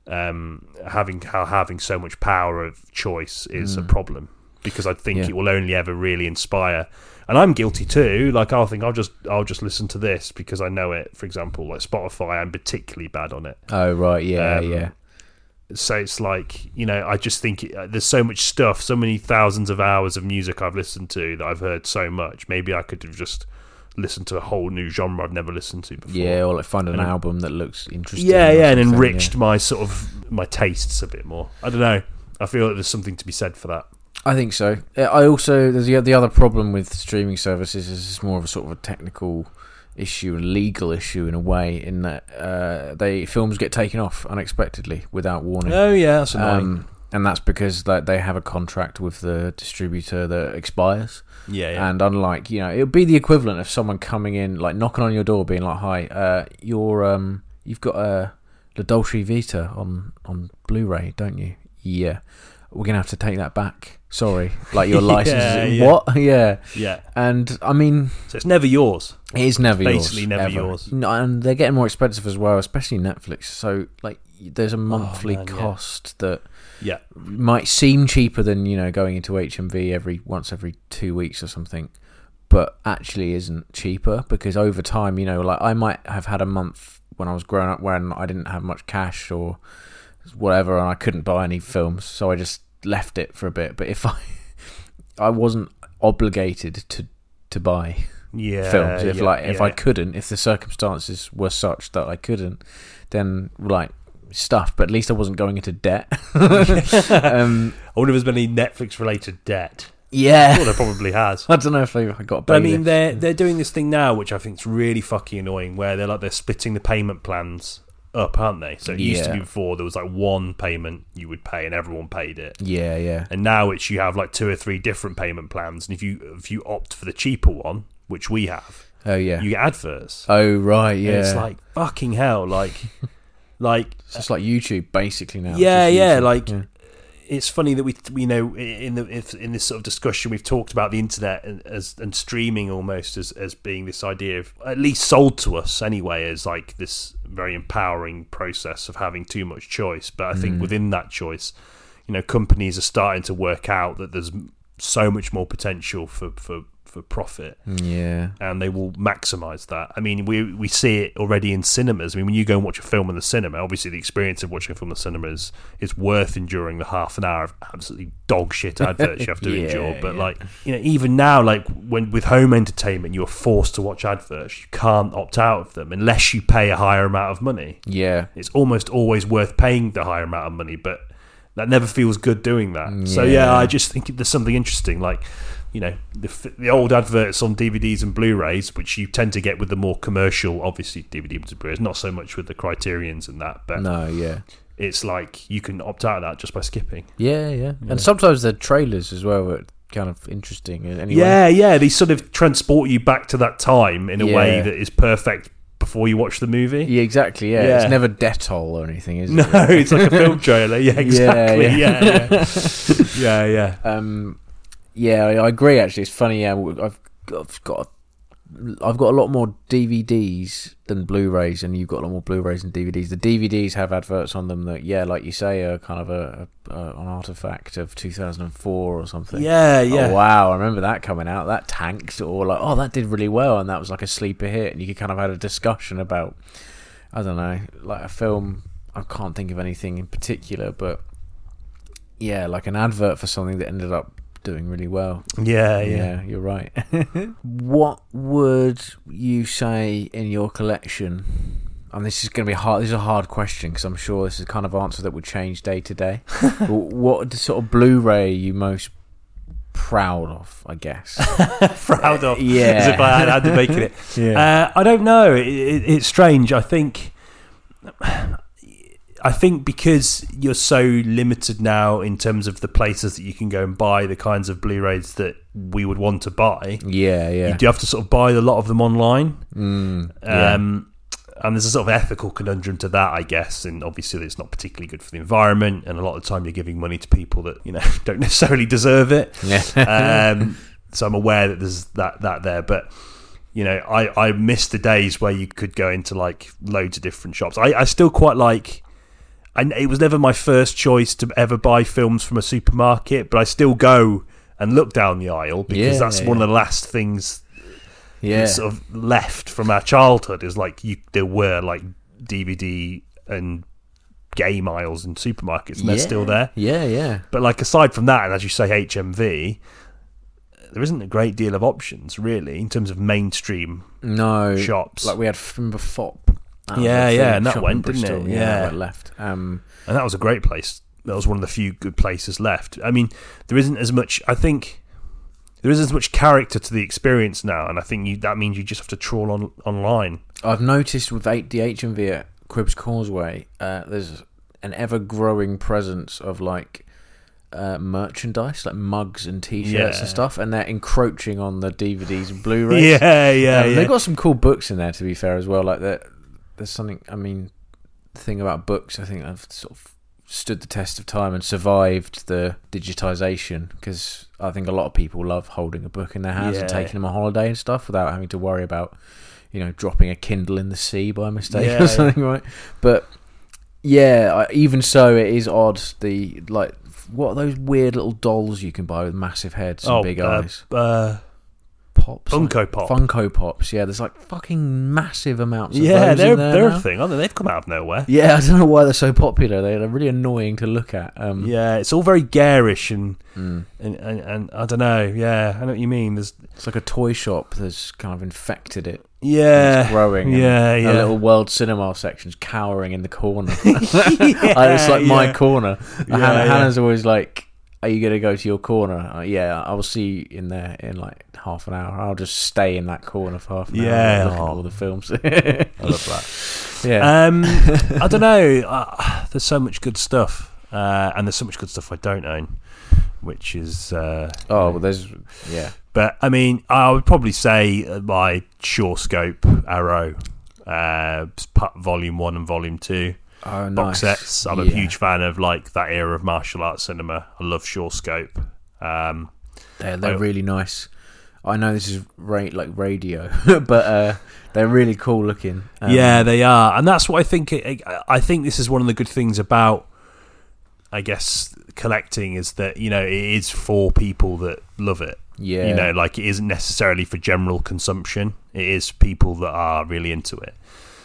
um, having how having so much power of choice is a problem because I think Hmm. Yeah. it will only ever really inspire. And I'm guilty too. Like I'll think I'll just I'll just listen to this because I know it. For example, like Spotify, I'm particularly bad on it. Oh right. Yeah. Um, yeah. So it's like you know I just think it, uh, there's so much stuff, so many thousands of hours of music I've listened to that I've heard so much. Maybe I could have just listened to a whole new genre I've never listened to before. Yeah. Or like find an and- album that looks interesting. yeah, or yeah, and something, enriched my sort of my tastes a bit more. I don't know. I feel that there's something to be said for that. I think so. Uh, I also there's the, the other problem with streaming services is it's more of a sort of a technical issue and legal issue in a way in that uh, they films get taken off unexpectedly without warning. Oh, yeah, that's Um, and that's because like they have a contract with the distributor that expires. yeah, yeah. And unlike you know, it would be the equivalent of someone coming in like knocking on your door, being like, "Hi, uh, you're um, you've got a La Dolce Vita on on Blu-ray, don't you? Yeah, we're gonna have to take that back. Sorry, like your Yeah, license. is yeah. What? yeah. yeah. And I mean, So it's never yours. it is never Basically yours, never ever. yours. No, and they're getting more expensive as well, especially Netflix. So like, there's a monthly Oh, man, yeah. cost that Yeah. might seem cheaper than you know going into HMV every once every two weeks or something, but actually isn't cheaper because over time, you know, like I might have had a month when I was growing up when I didn't have much cash or whatever, and I couldn't buy any films, so I just left it for a bit. But if I I wasn't obligated to to buy Yeah. films, if yeah, like if yeah, I couldn't, if the circumstances were such that I couldn't, then like stuff. But at least I wasn't going into debt. um, yeah. I wonder if there's been any Netflix related debt. yeah. Well, there probably has. I don't know if I I got. But I bailed. mean, they're they're doing this thing now, which I think is really fucking annoying. Where they're like they're splitting the payment plans up, aren't they? So it used to Yeah. be before there was like one payment you would pay, and everyone paid it. yeah, yeah, and now it's you have like two or three different payment plans and if you if you opt for the cheaper one which we have oh yeah, you get adverts oh right, yeah. and it's like fucking hell like like it's just like YouTube basically now. It's yeah just yeah YouTube. like Yeah. it's funny that we we know in the if, in this sort of discussion we've talked about the internet and as and streaming almost as as being this idea of at least sold to us anyway as like this very empowering process of having too much choice but i think within that choice you know companies are starting to work out that there's m- so much more potential for for for profit yeah, and they will maximize that. I mean, we we see it already in cinemas. I mean, when you go and watch a film in the cinema, obviously the experience of watching a film in the cinema is, is worth enduring the half an hour of absolutely dog shit adverts you have to Yeah, endure. But yeah. like, you know, even now, like when with home entertainment, you're forced to watch adverts. You can't opt out of them unless you pay a higher amount of money. yeah, It's almost always worth paying the higher amount of money, but that never feels good doing that. So Mm. yeah, Yeah. I just think there's something interesting, like you know the f- the old adverts on DVDs and Blu-rays, which you tend to get with the more commercial, obviously DVDs and Blu-rays, not so much with the Criterion's and that, but no, yeah, it's like you can opt out of that just by skipping. yeah, yeah. And sometimes the trailers as well were kind of interesting. uh, Anyway. Yeah, yeah, they sort of transport you back to that time in a way Yeah. that is perfect before you watch the movie. yeah, exactly. Yeah. Yeah. it's never Detol or anything, is No, it? it's like a film trailer. Yeah, exactly. yeah. Yeah, yeah, yeah, yeah. yeah. Um, yeah, I, I agree. Actually, it's funny. Yeah, w- I've I've got I've got a lot more DVDs than Blu-rays, and you've got a lot more Blu-rays and DVDs. The DVDs have adverts on them that, yeah, like you say, are kind of a, a, a an artifact of 2004 or something. Yeah, Oh, yeah. wow, I remember that coming out. That tanked, or like, oh, that did really well, and that was like a sleeper hit, and you could kind of had a discussion about, I don't know, like a film. I can't think of anything in particular, but yeah, like an advert for something that ended up doing really well. Yeah, yeah. Yeah, you're right. what would you say in your collection? And this is going to be hard. This is a hard question because I'm sure this is the kind of answer that would change day to day. W- what sort of Blu-ray are you most proud of? I guess. Proud of. Yeah. As if I had, had to make it. yeah. Uh, I don't know. It, it, it's strange. I think I think because you're so limited now in terms of the places that you can go and buy the kinds of Blu-rays that we would want to buy, Yeah, yeah. you do have to sort of buy a lot of them online. Mm, yeah. Um, And there's a sort of ethical conundrum to that, I guess. And obviously, it's not particularly good for the environment. And a lot of the time, you're giving money to people that you know don't necessarily deserve it. um, so I'm aware that there's that that there, but you know, I I miss the days where you could go into like loads of different shops. I I still quite like. And it was never my first choice to ever buy films from a supermarket, but I still go and look down the aisle because Yeah, that's yeah, one yeah. of the last things yeah. sort of left from our childhood. Is like you there were like DVD and game aisles in supermarkets, and they're Yeah. still there. Yeah, yeah. But like aside from that, and as you say, HMV, there isn't a great deal of options really in terms of mainstream No. shops. Like we had from the FOP. That was Yeah, a yeah, thing, and that shop in went, didn't Bristol, it? Yeah, that Yeah. went left. Um, and that was a great place. That was one of the few good places left. I mean, there isn't as much. I think there isn't as much character to the experience now, and I think you, that means you just have to trawl on online. I've noticed with eight the HMV at Quibbs Causeway, uh, there's an ever growing presence of like uh, merchandise, like mugs and T-shirts Yeah. and stuff, and they're encroaching on the DVDs and Blu-rays. Yeah, yeah, Um, yeah. They've got some cool books in there, to be fair, as well. Like that, there's something. I mean, the thing about books, I think I've sort of stood the test of time and survived the digitization because I think a lot of people love holding a book in their hands and Yeah. taking them on holiday and stuff without having to worry about, you know, dropping a Kindle in the sea by mistake Yeah, or yeah. something, right? But yeah, I, even so, it is odd. The like, what are those weird little dolls you can buy with massive heads and oh, big uh, eyes? uh, Pops, like Funko Pop. Funko Pops. Yeah, there's like fucking massive amounts. Of yeah, those they're in there they're now. a thing, aren't they? They've come out of nowhere. Yeah, I don't know why they're so popular. They're really annoying to look at. Um, Yeah, it's all very garish and mm. and, and, and I don't know. Yeah, I know what you mean. There's It's like a toy shop that's kind of infected it. yeah, it's growing. and Uh, Yeah, the yeah. little world cinema section's cowering in the corner. I, it's like my yeah. corner. And Yeah, Hannah, yeah. Hannah's always like, "Are you gonna go to your corner?" Uh, yeah, I'll see you in there in like half an hour. I'll just stay in that corner for half an Yeah, hour. looking at aw. all the films. I love that. yeah, Um, I don't know. Uh, there's so much good stuff, uh, and there's so much good stuff I don't own, which is. Uh, Oh, well, there's yeah. But I mean, I would probably say uh, my Sure Scope Arrow, uh, part- Volume One and Volume Two Oh, box sets. I'm a Yeah. huge fan of like that era of martial arts cinema. I love Sure Scope. Um, They're, they're I- really nice. I know this is ra- like radio, but uh, they're really cool looking. Um, yeah, they are, and that's what I think. I I think this is one of the good things about, I guess, collecting is that you know it is for people that love it. yeah, You know, like it isn't necessarily for general consumption. It is people that are really into it.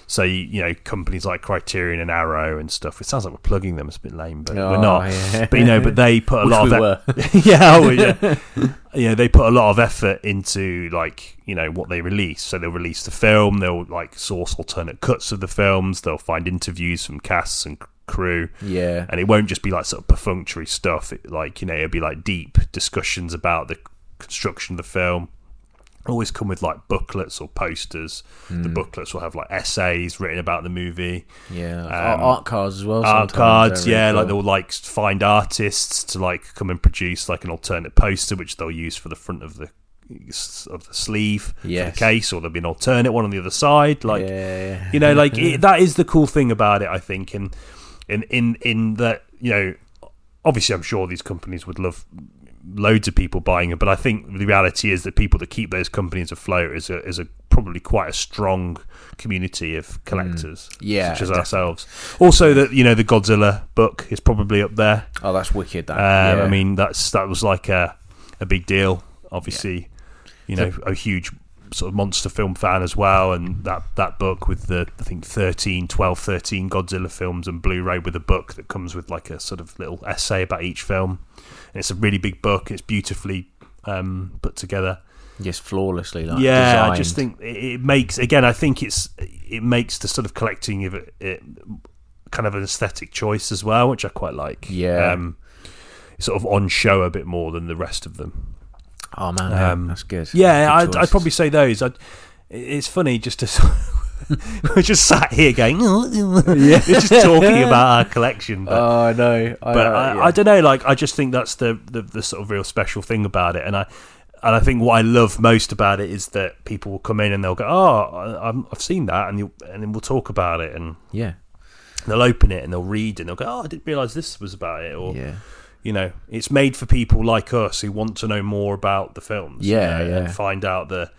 So you, you know, companies like Criterion and Arrow and stuff. It sounds like we're plugging them. It's a bit lame, but we're Oh, not. yeah. But you know, but they put a Wish lot we of e- were. yeah, oh, yeah. you know, they put a lot of effort into like you know what they release. So they'll release the film. They'll like source alternate cuts of the films. They'll find interviews from casts and c- crew, yeah, and it won't just be like sort of perfunctory stuff. It, like you know, it'll be like deep discussions about the c- construction of the film. Always come with like booklets or posters. The booklets will have like essays written about the movie yeah. um, Oh, art cards as well. art sometimes, cards, they're yeah. really Like cool. they'll like find artists to like come and produce like an alternate poster, which they'll use for the front of the of the sleeve for Yes. the case, or there'll be an alternate one on the other side. Like yeah, you know, like it, that is the cool thing about it. I think, and in in in that you know, obviously, I'm sure these companies would love loads of people buying it, but I think the reality is that people that keep those companies afloat is a is a probably quite a strong community of collectors yeah. such as ourselves. Also, that you know, the Godzilla book is probably up there. oh, that's wicked. That. Um, yeah. I mean, that's that was like a a big deal. Obviously, you know, a huge sort of monster film fan as well, and that that book with the I think 13, 12, 13 Godzilla films and Blu-ray with a book that comes with like a sort of little essay about each film. And it's a really big book. It's beautifully um, put together just flawlessly. Like, yeah i designed. just think it, it makes again i think it's it makes the sort of collecting of it, it kind of an aesthetic choice as well which i quite like Yeah. um sort of on show a bit more than the rest of them Oh man, yeah, um, that's good. yeah I'd, Good I'd choices. probably say those I'd, it- it's funny just to sort of- We're just sat here going, yeah. just talking about our collection. But, Oh, I know. I, but uh, I, yeah. I don't know. Like, I just think that's the, the the sort of real special thing about it. And I and I think what I love most about it is that people will come in and they'll go, "Oh, I, I'm, I've seen that," and you and then we'll talk about it and Yeah. they'll open it and they'll read and they'll go, "Oh, I didn't realize this was about it," or Yeah. you know, it's made for people like us who want to know more about the films. you Yeah, know, yeah. And find out the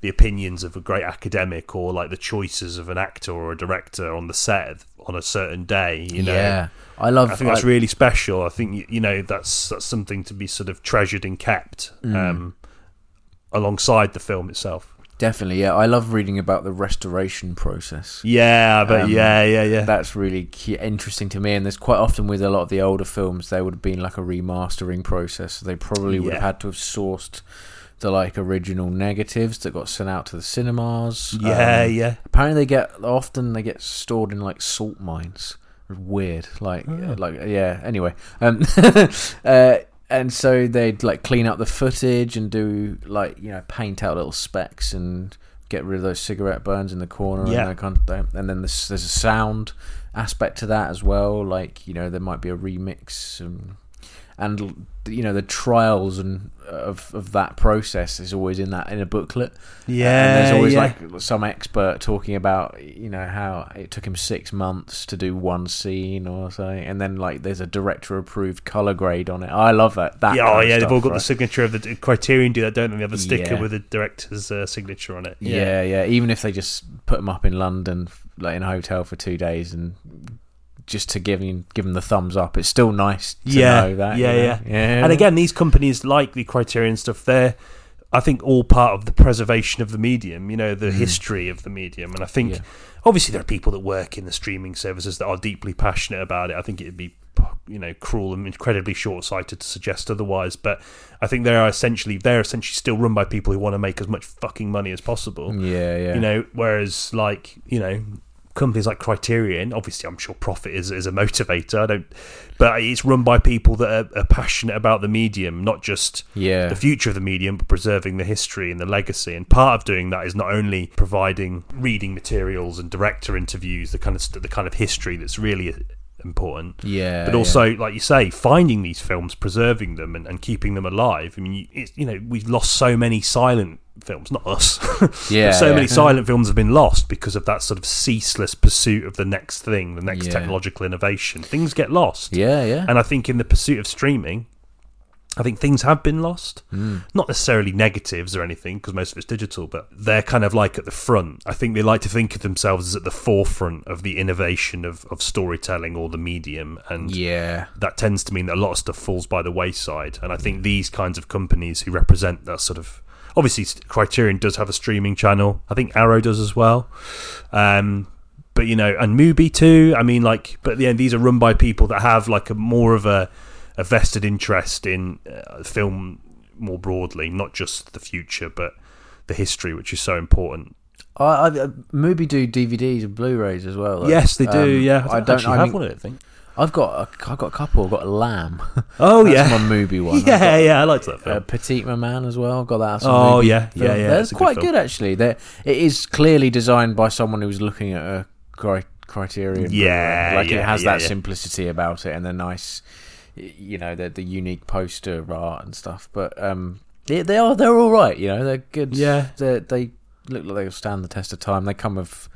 the opinions of a great academic or like the choices of an actor or a director on the set of- on a certain day. You know, yeah. I love. I think that's really special. I think y- you know that's that's something to be sort of treasured and kept Mm. um, alongside the film itself. Definitely, yeah. I love reading about the restoration process. Yeah, but Um, yeah, yeah, yeah. That's really cu- interesting to me, and there's quite often with a lot of the older films, there would have been like a remastering process. So they probably would have Yeah. had to have sourced the like original negatives that got sent out to the cinemas. yeah, Um, yeah. Apparently, they get often they get stored in like salt mines. Weird, like uh, like yeah. Anyway, um, uh, and so they'd like clean up the footage and do like you know paint out little specks and get rid of those cigarette burns in the corner Yeah. and that kind of thing. And then there's, there's a sound aspect to that as well. Like you know there might be a remix and and you know the trials and uh, of of that process is always in that in a booklet. Yeah, and there's always yeah. like some expert talking about you know how it took him six months to do one scene or something, and then like there's a director approved color grade on it. I love that. that Yeah, kind oh, of yeah, stuff, they've all got right? the signature of the d- Criterion. Do that, don't they? They have a sticker Yeah. with the director's uh, signature on it. Yeah. yeah, Even if they just put them up in London, like in a hotel for two days, and just to give him give him the thumbs up, it's still nice. To Yeah, know that, yeah, you know? yeah. yeah. And again, these companies like the Criterion stuff. They're, I think, all part of the preservation of the medium. You know, the history of the medium. And I think, Mm. Yeah. obviously, there are people that work in the streaming services that are deeply passionate about it. I think it'd be, you know, cruel and incredibly short-sighted to suggest otherwise. But I think they are essentially they're essentially still run by people who want to make as much fucking money as possible. yeah, yeah, You know, whereas like you know. Companies like Criterion, obviously, I'm sure profit is, is a motivator. I don't, but it's run by people that are, are passionate about the medium, not just yeah. the future of the medium, but preserving the history and the legacy. And part of doing that is not only providing reading materials and director interviews, the kind of st- the kind of history that's really important. yeah, But also, like you say, finding these films, preserving them, and, and keeping them alive. I mean, you, it's, you know, we've lost so many silent films, not us. Yeah, so many yeah. silent films have been lost because of that sort of ceaseless pursuit of the next thing, the next Yeah. technological innovation. Things get lost. yeah, yeah, And I think in the pursuit of streaming, I think things have been lost. Hmm. Not necessarily negatives or anything, because most of it's digital, but they're kind of like at the front. I think they like to think of themselves as at the forefront of the innovation of, of storytelling or the medium. And yeah. that tends to mean that a lot of stuff falls by the wayside. And I think these kinds of companies who represent that sort of obviously Criterion does have a streaming channel. I think Arrow does as well. Um, but you know, and Mubi too. I mean, like, but yeah, these are run by people that have like a more of a, a vested interest in uh, film more broadly, not just the future, but the history, which is so important. I, I uh, Mubi do DVDs and Blu-rays as well. though. yes, they do. Um, yeah, I don't. actually I have mean, one. I don't think. I've got. A, I've got a couple. I've got a lamb. Oh That's yeah, my Mubi one. I've yeah, got, yeah. I liked that film. Uh, Petite Maman as well. Got that. as a Oh, Mubi yeah, yeah, film. yeah, That's it's a good quite good, film. actually. They're, it is clearly designed by someone who's looking at a cri- criterion. Blu-ray. Yeah, like it yeah, has yeah, that yeah. simplicity about it and the nice, y- you know, the the unique poster art and stuff. But um, they, they are they're all right. You know, they're good. Yeah. they they look like they'll stand the test of time. They come with.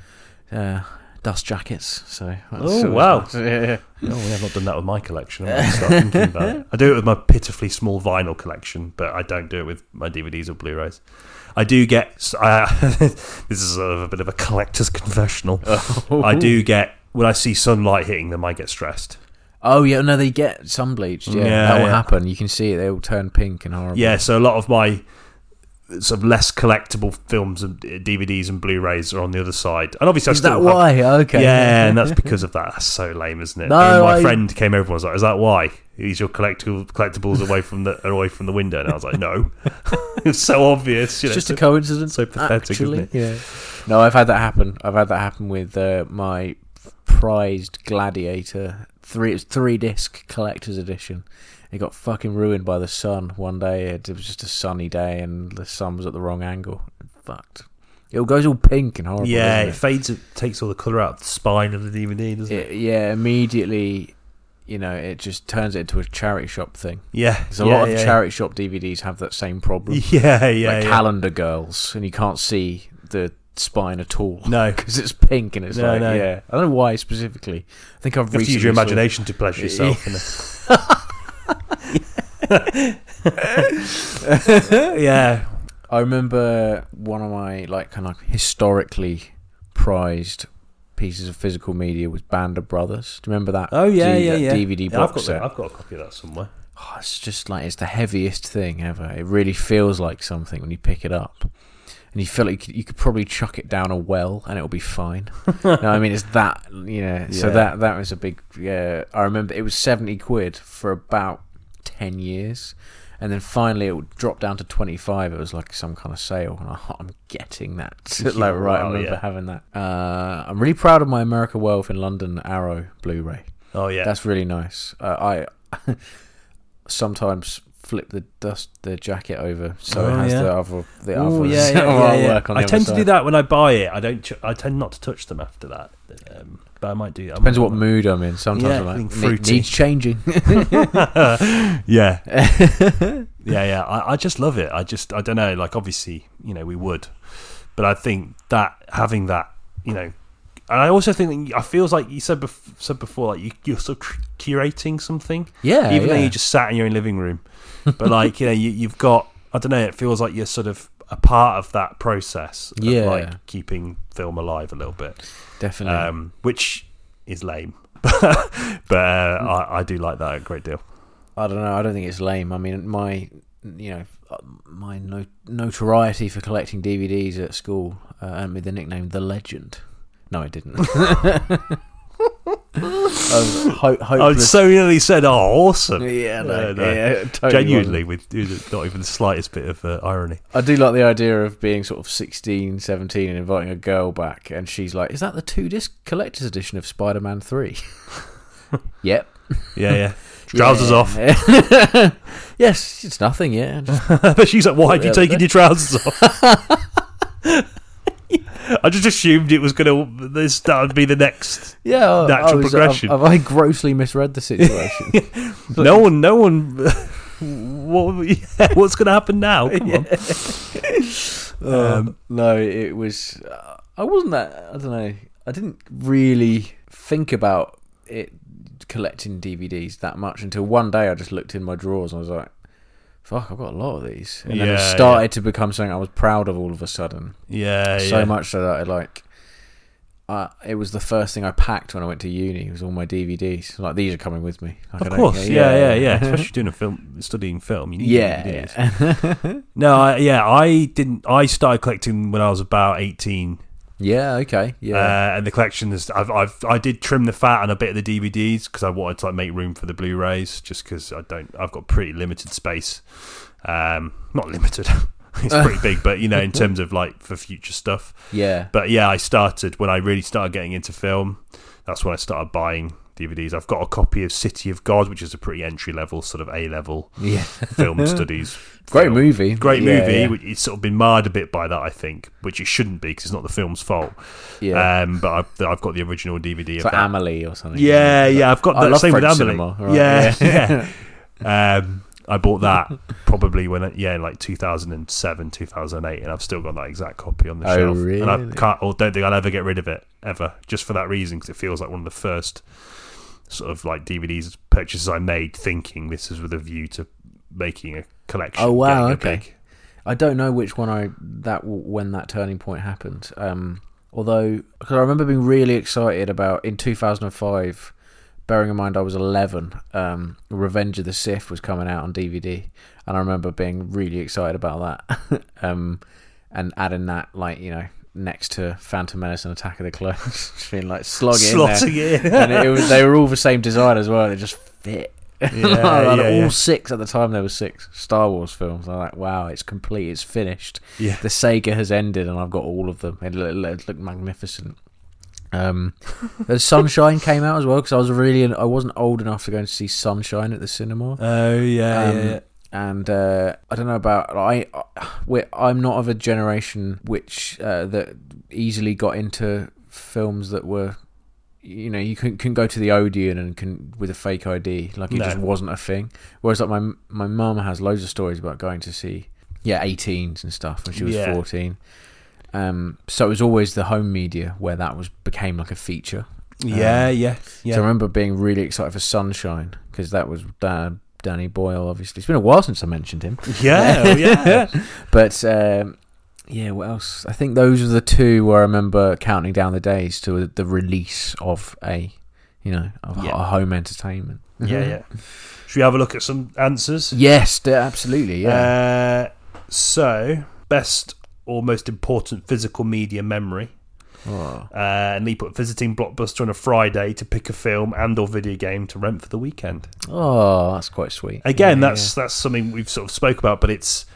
Uh, Dust jackets, so that's Oh, always wow. nice. Yeah. No, I've not done that with my collection. I might start thinking about it. I do it with my pitifully small vinyl collection, but I don't do it with my DVDs or Blu-rays. I do get. s- I- this is sort of a bit of a collector's confessional. I do get when I see sunlight hitting them, I get stressed. Oh yeah, no, they get sun bleached. Yeah, Yeah, that will yeah. happen. You can see it; they will turn pink and horrible. Yeah, so a lot of my sort of less collectible films and uh, DVDs and Blu-rays are on the other side, and obviously I is still that have- why? Okay. Yeah, and that's because of that. That's so lame, isn't it? No, And my I- friend came over and was like, "Is that why? Is your collectible collectibles away from the away from the window?" And I was like, "No, it's so obvious." You it's know, just so- a coincidence. so pathetic, actually. isn't Yeah. No, I've had that happen. I've had that happen with uh, my prized Gladiator three. It's three disc collector's edition. It got fucking ruined by the sun one day. It was just a sunny day, and the sun was at the wrong angle. Fucked. It goes all pink and horrible. yeah, doesn't it, fades, it takes all the colour out of the spine of the DVD, doesn't it? it, yeah, immediately, you know, it just turns it into a charity shop thing. Yeah, Because a yeah, lot of yeah. charity shop DVDs have that same problem. Yeah, yeah, like yeah. calendar girls, and you can't see the spine at all no, because it's pink and it's No, like, no. yeah. I don't know why specifically. I think I've you have to use your recently saw- imagination to pleasure yourself. innit? yeah, I remember one of my like kind of historically prized pieces of physical media was Band of Brothers. Do you remember that? Oh, yeah, D- yeah, that yeah. DVD Yeah, I've box got set. that. I've got a copy of that somewhere. Oh, it's just like it's the heaviest thing ever. It really feels like something when you pick it up, and you feel like you could, you could probably chuck it down a well and it'll be fine. no, I mean it's that you know. So Yeah. that that was a big. Yeah, I remember it was seventy quid for about ten years, and then finally it dropped down to twenty five. It was like some kind of sale, and I, I'm getting that. like right, I Wow, remember yeah. having that. Uh, I'm really proud of my America Wealth in London Arrow Blu-ray. Oh yeah, That's really nice. Uh, I sometimes flip the dust the jacket over so Oh, it has yeah. the other the Ooh, other yeah, yeah, yeah, yeah. artwork on the I other tend to do side. that when I buy it. I don't. Ch- I tend not to touch them after that. Um, but I might do. I Depends might- what mood I'm in. Sometimes Yeah, I'm like, feeling "Ne- fruity." needs changing. yeah, yeah, yeah. I, I just love it. I just, I don't know. Like, obviously, you know, we would, but I think that having that, you know, and I also think that I feels like you said bef- said before, like you, you're sort of cr- curating something, yeah, even though yeah. you just sat in your own living room. But like, you know, you, you've got, I don't know. It feels like you're sort of a part of that process, of, Yeah. like keeping film alive a little bit definitely. um, which is lame. but uh, I, I do like that a great deal. I don't know. I don't think it's lame. I mean, my you know uh, my no- notoriety for collecting DVDs at school uh, earned me the nickname the Legend. No, it didn't. I was ho- I hopeless. so nearly said, "Oh, awesome!" yeah, No, no, no. yeah, totally wasn't. Genuinely, with with not even the slightest bit of uh, irony. I do like the idea of being sort of 16, 17 and inviting a girl back and she's like, "Is that the two-disc collector's edition of Spider-Man 3?" yep. Yeah, yeah. Trousers Yeah. off. yes, it's nothing, yeah. Just- but she's like, "Why have you Yeah. taken your trousers off?" I just assumed it was going to this. That would be the next. yeah, I- I Natural was- progression. Have, have I grossly misread the situation? No one, no one. what, yeah, what's going to happen now? Come on. Um, no, it was. Uh, I wasn't that. I don't know. I didn't really think about it collecting DVDs that much until one day I just looked in my drawers and I was like, "Fuck, I've got a lot of these." And then it Yeah, yeah. started to become something I was proud of all of a sudden. Yeah, so yeah. much so that I like. I it was the first thing I packed when I went to uni. It was all my DVDs. Like these are coming with me. Like, I Of don't- course, yeah, yeah, yeah. Especially doing a film, studying film, you need yeah, DVDs. yeah. No, I, yeah, I didn't. I started collecting when I was about eighteen, yeah. Okay. Yeah. uh, and the collection is. I've, I've I did trim the fat on a bit of the DVDs because I wanted to like make room for the Blu-rays, just because I don't. I've got pretty limited space. Um, not limited. it's pretty big, but you know, in terms of like for future stuff. yeah. But yeah, I started when I really started getting into film. That's when I started buying DVDs. I've got a copy of City of God, which is a pretty entry level, sort of A level Yeah. film studies. Great film. movie. Great Yeah, movie. yeah. which It's sort of been marred a bit by that, I think, which it shouldn't be because it's not the film's fault. Yeah. Um, but I've, I've got the original DVD of it's like that. Amelie or something. yeah, yeah, I've got I that love same French with Amelie. cinema, right, Yeah, yeah. yeah. um, I bought that probably when it- yeah, in like 2007, 2008, and I've still got that exact copy on the Oh, shelf. And I really? can't, or don't think I'll ever get rid of it ever, just for that reason, because it feels like one of the first sort of like DVDs purchases I made, thinking this is with a view to making a collection. Oh, wow, getting it okay. big. I don't know which one I that when that turning point happened. Um, although, because I remember being really excited about in 2005. Bearing in mind I was 11, um, Revenge of the Sith was coming out on DVD, and I remember being really excited about that, um, and adding that like you know next to Phantom Menace and Attack of the Clones, Just being like slog it in there. slotting it in. and it, was, they were all the same design as well. They just fit. I had yeah, all yeah. six at the time. There were six Star Wars films. I'm like, wow, it's complete. It's finished. Yeah. The Sega has ended, and I've got all of them. It, lo- it looked magnificent. Um, the Sunshine came out as well because I was really I wasn't old enough to go and see Sunshine at the cinema. Oh yeah, Um, yeah, yeah. and uh, I don't know about I. we I'm not of a generation which uh, that easily got into films that were, you know, you can can go to the Odeon and can with a fake ID like it No. just wasn't a thing. Whereas like my my mum has loads of stories about going to see yeah 18s and stuff when she was Yeah. 14. Um, so it was always the home media where that was became like a feature. Yeah, Um, yeah, yeah. So I remember being really excited for Sunshine because that was Dan, Danny Boyle. Obviously, it's been a while since I mentioned him. yeah, oh, yeah. But um, yeah, what else? I think those are the two where I remember counting down the days to the release of a, you know, of Yeah. a home entertainment. yeah, yeah. Should we have a look at some answers? Yes, d- absolutely. Yeah. Uh, so, best or most important physical media memory. Oh. Uh, and Lee put visiting Blockbuster on a Friday to pick a film and or video game to rent for the weekend. Oh, that's quite sweet. Again, Yeah, that's that's something we've sort of spoke about, but it's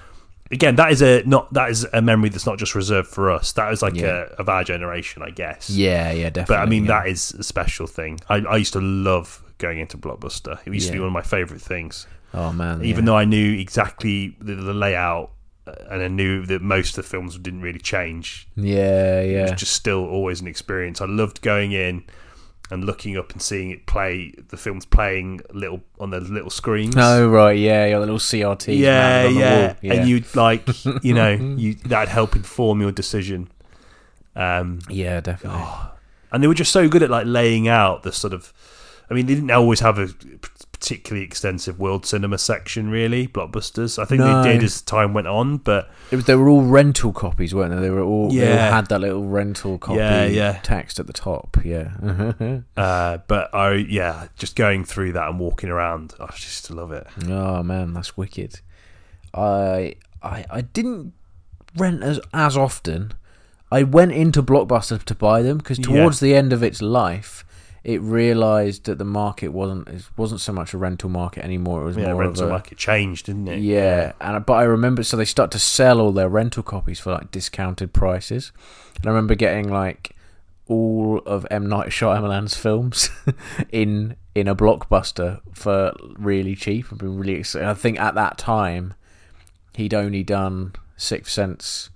again that is a not that is a memory that's not just reserved for us. That is like Yeah. a, of our generation, I guess. yeah, yeah, yeah, definitely. But I mean, yeah. that is a special thing. I, I used to love going into Blockbuster. It used to be Yeah. one of my favourite things. Oh man, Even yeah. though I knew exactly the, the layout uh, and I knew that most of the films didn't really change, yeah, it yeah, was just still always an experience. I loved going in and looking up and seeing it play, the films playing little on the little screens. Oh right, yeah, your little CRT. Yeah, on the yeah. wall. yeah, and you'd like, you know, you that'd help inform your decision. Um, yeah, definitely. and they were just so good at like laying out the sort of i mean they didn't always have a particularly extensive world cinema section really blockbusters i think No. they did as time went on but It was, they were all rental copies, weren't they? They were all, they all Yeah. had that little rental copy Yeah, yeah. text at the top. Yeah. uh but i yeah just going through that and walking around i just love it oh man, that's wicked. I I I didn't rent as as often. I went into Blockbuster to buy them because Yeah. towards the end of its life, it realised that the market wasn't it wasn't so much a rental market anymore. It was yeah more rental of a market changed didn't it Yeah, and I- but I remember so they start to sell all their rental copies for like discounted prices, and I remember getting like all of M Night Shyamalan's films in in a blockbuster for really cheap. I've been really excited. I think at that time he'd only done Sixth Sense.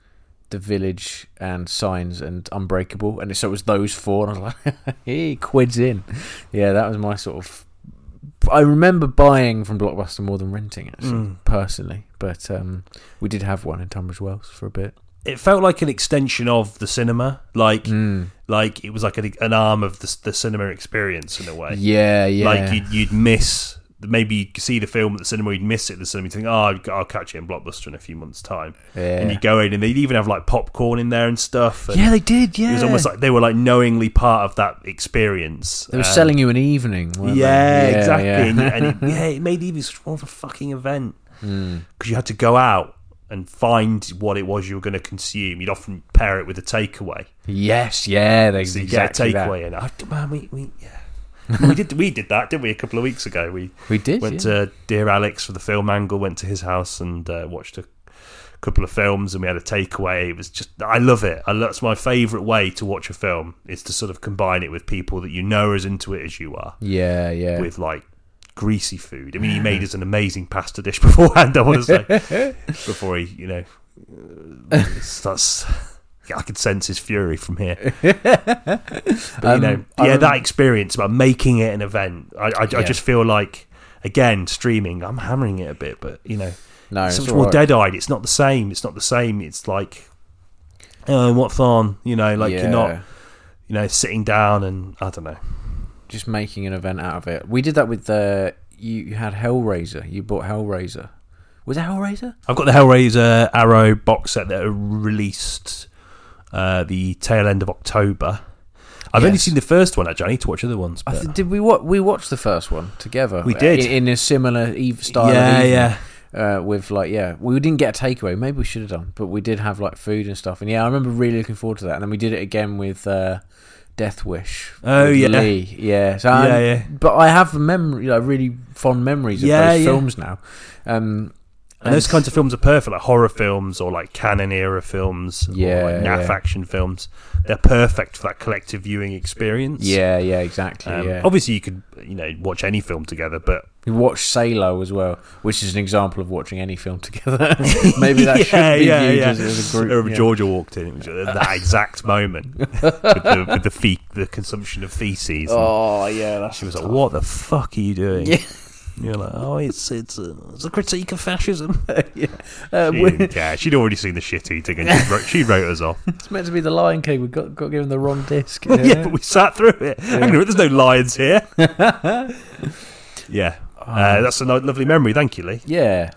The Village and Signs and Unbreakable, and so it was those four. And I was like, "Hey, quids in." Yeah, that was my sort of I remember buying from Blockbuster more than renting, actually, Mm. personally. But um, we did have one in Tunbridge Wells for a bit. it felt like an extension of the cinema like Mm. like it was like an, an arm of the, the cinema experience in a way Uh, Yeah, yeah. Like you'd, you'd miss, maybe you could see the film at the cinema, you'd miss it at the cinema, you think, oh, I'll- I'll catch it in Blockbuster in a few months' time. And yeah. you go in and they'd even have like popcorn in there and stuff. And yeah, they did. Yeah, It was almost like they were like knowingly part of that experience. they were Um, selling you an evening. Yeah, weren't they? exactly. And, you- Yeah. and it, yeah, it made even more of a fucking event Mm. because you had to go out and find what it was you were going to consume. You'd often pair it with a takeaway. Yes, yeah, they So you exactly get a that. takeaway, and I, man, we, we, yeah. we did we did that, didn't we? A couple of weeks ago, we We did. went yeah. to dear alex for the film angle went to his house and uh, watched a couple of films and we had a takeaway it was just i love it I, that's my favorite way to watch a film is to sort of combine it with people that you know are as into it as you are yeah, yeah. with like greasy food i mean he made us an amazing pasta dish beforehand i want to say before he you know uh, starts I can sense his fury from here. But, Um, you know, I yeah, that remember- experience about making it an event. I, I, I Yeah. just feel like, again, streaming. I'm hammering it a bit, but you know, no, it's Oh, it's much all more right. dead-eyed. It's not the same. It's not the same. It's like, oh, what's on? You know, like yeah. you're not, you know, sitting down and I don't know. just making an event out of it. We did that with the you, you had Hellraiser. You bought Hellraiser. Was it Hellraiser? I've got the Hellraiser Arrow box set that are released uh, the tail end of October. I've only Yes. seen the first one actually. I need to watch other ones. I But. th- did we watch? We watched the first one together. Uh, We did. in, in a similar eve style. yeah, of evening, yeah, Uh, with like, yeah, we didn't get a takeaway. Maybe we should have done, but we did have like food and stuff. And yeah, I remember really looking forward to that. And then we did it again with uh, Death Wish. Oh, with yeah. Lee. yeah, so I'm- Yeah, yeah. But I have memory, like really fond memories of Yeah, those yeah. films now. Um, And those kinds of films are perfect, like horror films or like canon era films, Yeah, or like NAF yeah. action films. They're perfect for that collective viewing experience. yeah, yeah, exactly. Um, yeah, Obviously, you could you know watch any film together, but We watched Salo as well, which is an example of watching any film together. Maybe that should be viewed As, as a group. Remember yeah. Georgia walked in. It was at that exact moment with the, with the, fe- the consumption of feces. and Oh yeah, that's she was like, "What the fuck are you doing?" Yeah. And You're like, "Oh, it's it's a, it's a critique of fascism." yeah. Uh, She we- didn't care. She'd already seen the shit eating, and she wrote, she wrote us off. it's meant to be the Lion King. We got got given the wrong disc. Yeah, but we sat through it. Hang on a minute, there's no lions here. yeah, uh, that's a lo- lovely memory. Thank you, Lee. yeah.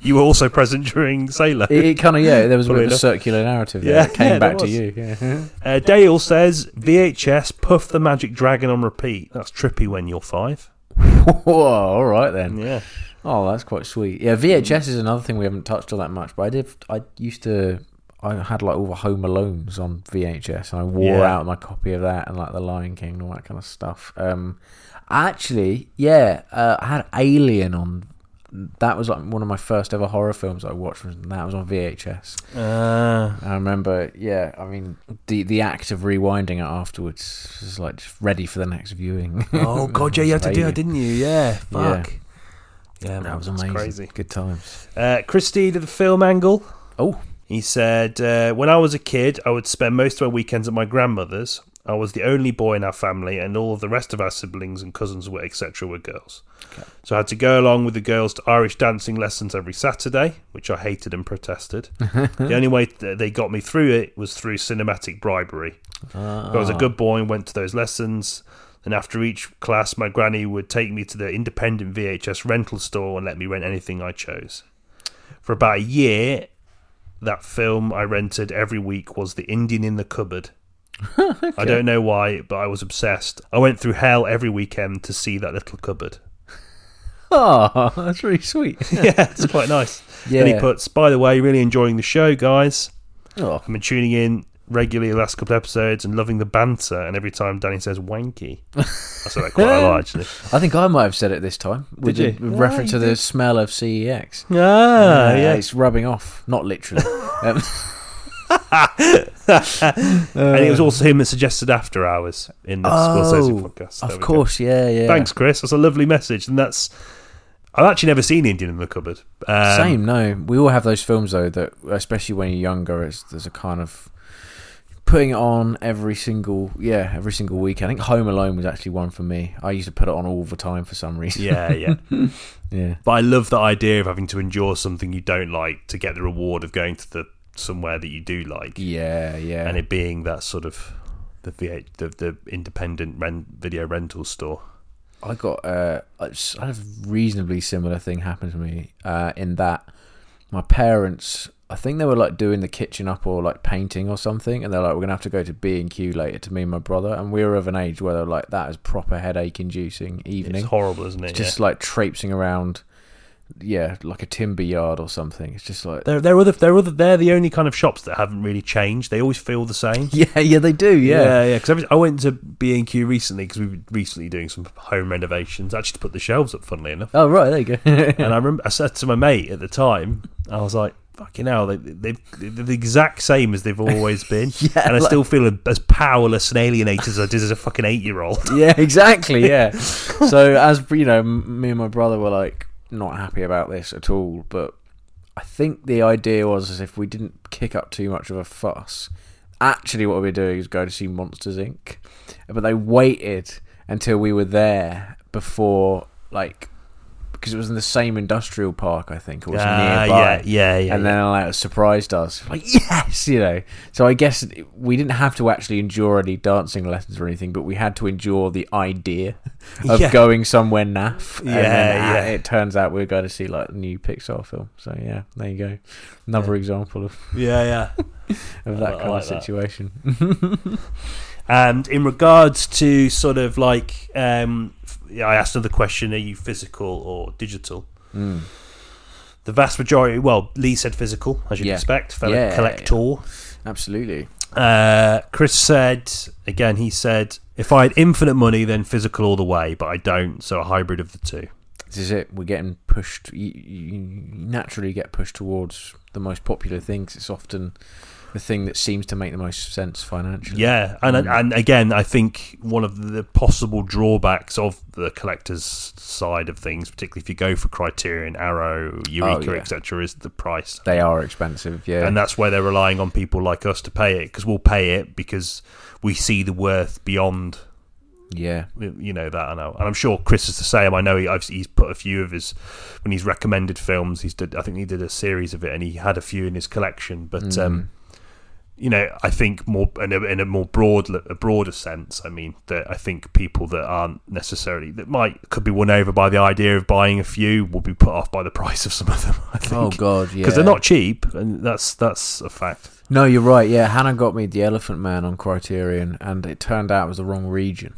You were also present during Sailor. It, it kind of yeah. There was a bit Funny of a enough. circular narrative. There. Yeah, it came yeah, there back to was. you. Yeah. Uh, Dale says VHS Puff the Magic Dragon on repeat. That's trippy when you're five. Whoa! All right then. Yeah, Oh, that's quite sweet. Yeah, VHS is another thing we haven't touched on that much. But I did. I used to. I had like all the Home Alones on VHS, and I wore Yeah. out my copy of that, and like the Lion King and all that kind of stuff. Um, actually, yeah, uh, I had Alien on. That was like one of my first ever horror films I watched, and that was on VHS. uh, I remember, yeah. I mean, the the act of rewinding it afterwards was like just ready for the next viewing. Oh god, yeah, you had to do Amazing. it, didn't you? Yeah, Yeah. fuck. Yeah, man, That was that's amazing. Crazy. Good times. Uh, Christie did the film angle. Oh, He said, uh, "When I was a kid, I would spend most of my weekends at my grandmother's. I was the only boy in our family, and all of the rest of our siblings and cousins were etc. were girls. So I had to go along with the girls to Irish dancing lessons every Saturday, which I hated and protested. the only way th- they got me through it was through cinematic bribery. I was a good boy and went to those lessons. And after each class, my granny would take me to the independent VHS rental store and let me rent anything I chose. For about a year, that film I rented every week was The Indian in the Cupboard. I don't know why, but I was obsessed. I went through hell every weekend to see that little cupboard. oh, that's really sweet. yeah, it's quite nice. Yeah. And he puts, by the way, really enjoying the show, guys. oh, I've been tuning in regularly the last couple of episodes and loving the banter. And every time Danny says wanky, I saw that quite a lot actually. I think I might have said it this time. With Did the- you? with Ah, reference you to the did. smell of CEX. Ah, Uh, yeah. it's rubbing off, not literally. um, and it was also him that suggested After Hours in the Scorsese oh, podcast. There of we go. course, yeah, yeah. Thanks, Chris. That's a lovely message. And that's. I've actually never seen Indian in the Cupboard. Um, Same, no. We all have those films though that, especially when you're younger, it's, there's a kind of putting it on every single, yeah, every single week. I think Home Alone was actually one for me. I used to put it on all the time for some reason. Yeah, yeah. Yeah, But I love the idea of having to endure something you don't like to get the reward of going to the somewhere that you do like, yeah, yeah. and it being that sort of the VH, the, the independent rent, video rental store. I got uh, a s- I had a reasonably similar thing happen to me uh, in that my parents, I think they were like doing the kitchen up or like painting or something, and they're like, we're gonna have to go to B and Q later to me and my brother, and we were of an age where they're like, that is proper headache inducing evening. It's horrible, isn't it? It's just like traipsing around, yeah, like a timber yard or something. It's just like, they're they're other they're other they're the only kind of shops that haven't really changed. They always feel the same. yeah, yeah, they do, yeah. yeah. Because I went to B and Q recently because we were recently doing some home renovations, actually to put the shelves up. Funnily enough. Oh right, there you go. And I remember I said to my mate at the time, I was like, "Fucking hell, they, they, they're the exact same as they've always been." Yeah, and I like- still feel as powerless and alienated as I did as a fucking eight-year-old. yeah, exactly. Yeah. so as you know, m- me and my brother were like not happy about this at all. But I think the idea was is if we didn't kick up too much of a fuss, actually what we were doing is go to see Monsters Inc. But they waited until we were there before like. Because it was in the same industrial park, I think, or it was Ah, nearby yeah, yeah, yeah. and yeah. then like surprised us like yes you know so i guess we didn't have to actually endure any dancing lessons or anything but we had to endure the idea of Yeah. going somewhere naff and Yeah, then, ah, yeah. it turns out we're going to see like the new pixar film so yeah there you go another example of, yeah, yeah. of I that like kind of that. situation And in regards to sort of like, um, f- I asked another question: Are you physical or digital? Mm. The vast majority, well, Lee said physical, as you'd Yeah. expect, fellow Yeah, yeah. collector. absolutely Uh, Chris said again. He said, "If I had infinite money, then physical all the way, but I don't, so a hybrid of the two. This is it. We're getting pushed. You, you naturally get pushed towards the most popular things. It's often the thing that seems to make the most sense financially. Yeah, and Mm. and again, I think one of the possible drawbacks of the collector's side of things, particularly if you go for Criterion, Arrow, Eureka, Oh, yeah. etc., is the price, They are expensive. Yeah. and that's where they're relying on people like us to pay it because we'll pay it because we see the worth beyond yeah. you know that. I know, and I'm sure Chris is the same. I know he, I've, he's put a few of his when he's recommended films. He's did I think he did a series of it, and he had a few in his collection. But Mm. um, you know, I think more in a, in a more broad a broader sense. I mean, that I think people that aren't necessarily that might could be won over by the idea of buying a few will be put off by the price of some of them. I think. Oh God. Yeah. Because they're not cheap, and that's that's a fact. No, you're right. Yeah, Hannah got me the Elephant Man on Criterion, and it turned out it was the wrong region,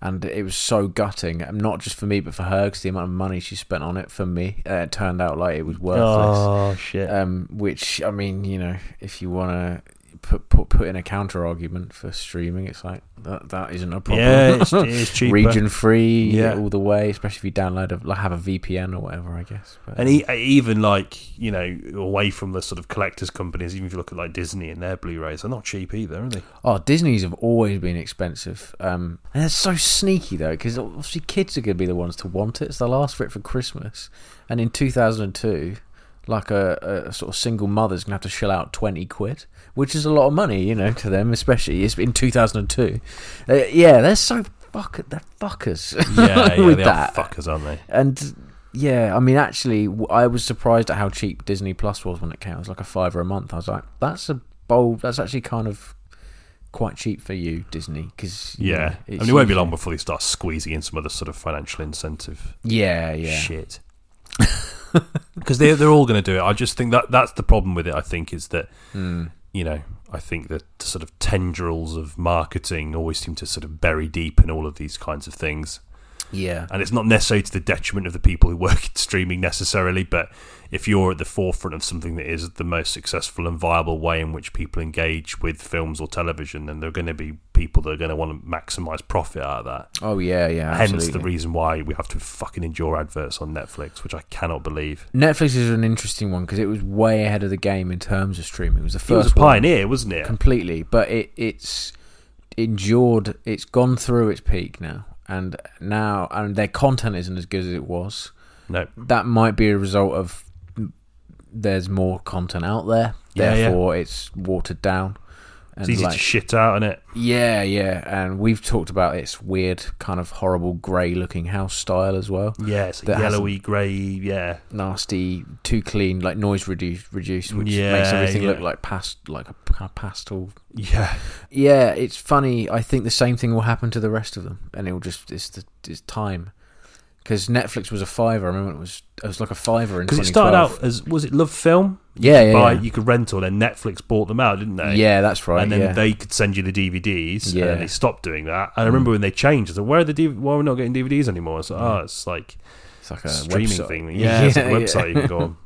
and it was so gutting. um, Not just for me, but for her, because the amount of money she spent on it for me, uh, it turned out like it was worthless. Oh shit! Um, which I mean, you know, if you want to put, put put in a counter argument for streaming, it's like that that isn't a problem. yeah, it's, it's cheaper. Region free, Yeah. all the way. Especially if you download a like, have a VPN or whatever, I guess. But, And e even like you know, away from the sort of collectors' companies, even if you look at like Disney and their Blu-rays, they're not cheap either, are they? Oh, Disney's have always been expensive. Um, and it's so sneaky, though, because obviously kids are going to be the ones to want it, so they'll ask for it for Christmas. And in 2002, like a, a sort of single mother's going to have to shell out 20 quid, which is a lot of money, you know, to them, especially it's in 2002. Uh, yeah, they're so fuck, they're fuckers with that. fuckers, aren't they? and yeah, I mean, actually, w- I was surprised at how cheap Disney Plus was when it came. It was like a fiver a month. I was like, that's a bold. That's actually kind of quite cheap for you, Disney, because Yeah, I mean, it won't be long before they start squeezing in some other sort of financial incentive Yeah, yeah, shit. Because they're they're all going to do it. I just think that that's the problem with it. I think is that Mm. you know I think that the sort of tendrils of marketing always seem to sort of bury deep in all of these kinds of things. yeah. and it's not necessarily to the detriment of the people who work in streaming necessarily but if you're at the forefront of something that is the most successful and viable way in which people engage with films or television then there are going to be people that are going to want to maximize profit out of that Oh yeah, yeah. hence the absolutely. reason why we have to fucking endure adverts on netflix which i cannot believe Netflix is an interesting one because it was way ahead of the game in terms of streaming. It was the first it was a one. pioneer wasn't it completely but it it's endured it's gone through its peak now and now and their content isn't as good as it was no that might be a result of there's more content out there. Yeah, yeah. Therefore, it's watered down. And it's easy like, to shit out on it yeah, yeah. And we've talked about its weird, kind of horrible grey looking house style as well. yeah it's a That hasn't- yellowy grey yeah Nasty, too clean, like noise reduced, reduced which makes Yeah, everything yeah. look like past, like a kind of pastel. yeah Yeah, it's funny. I think the same thing will happen to the rest of them, and it will just it's the it's time. Because Netflix was a fiver. I remember it was it was like a fiver in because it started 2012. out as was it love film yeah, yeah, Buy- yeah. you could rent or then netflix bought them out didn't they Yeah, that's right. and then yeah. they could send you the DVDs. And Yeah. Hmm. then they stopped doing that. And I remember when they changed, I said, "Where are the DV- why are we not getting DVDs anymore?" It's like, "Oh, it's like it's like a a streaming Hmm. Uh, website. thing. Yeah, it's like a website you can go on."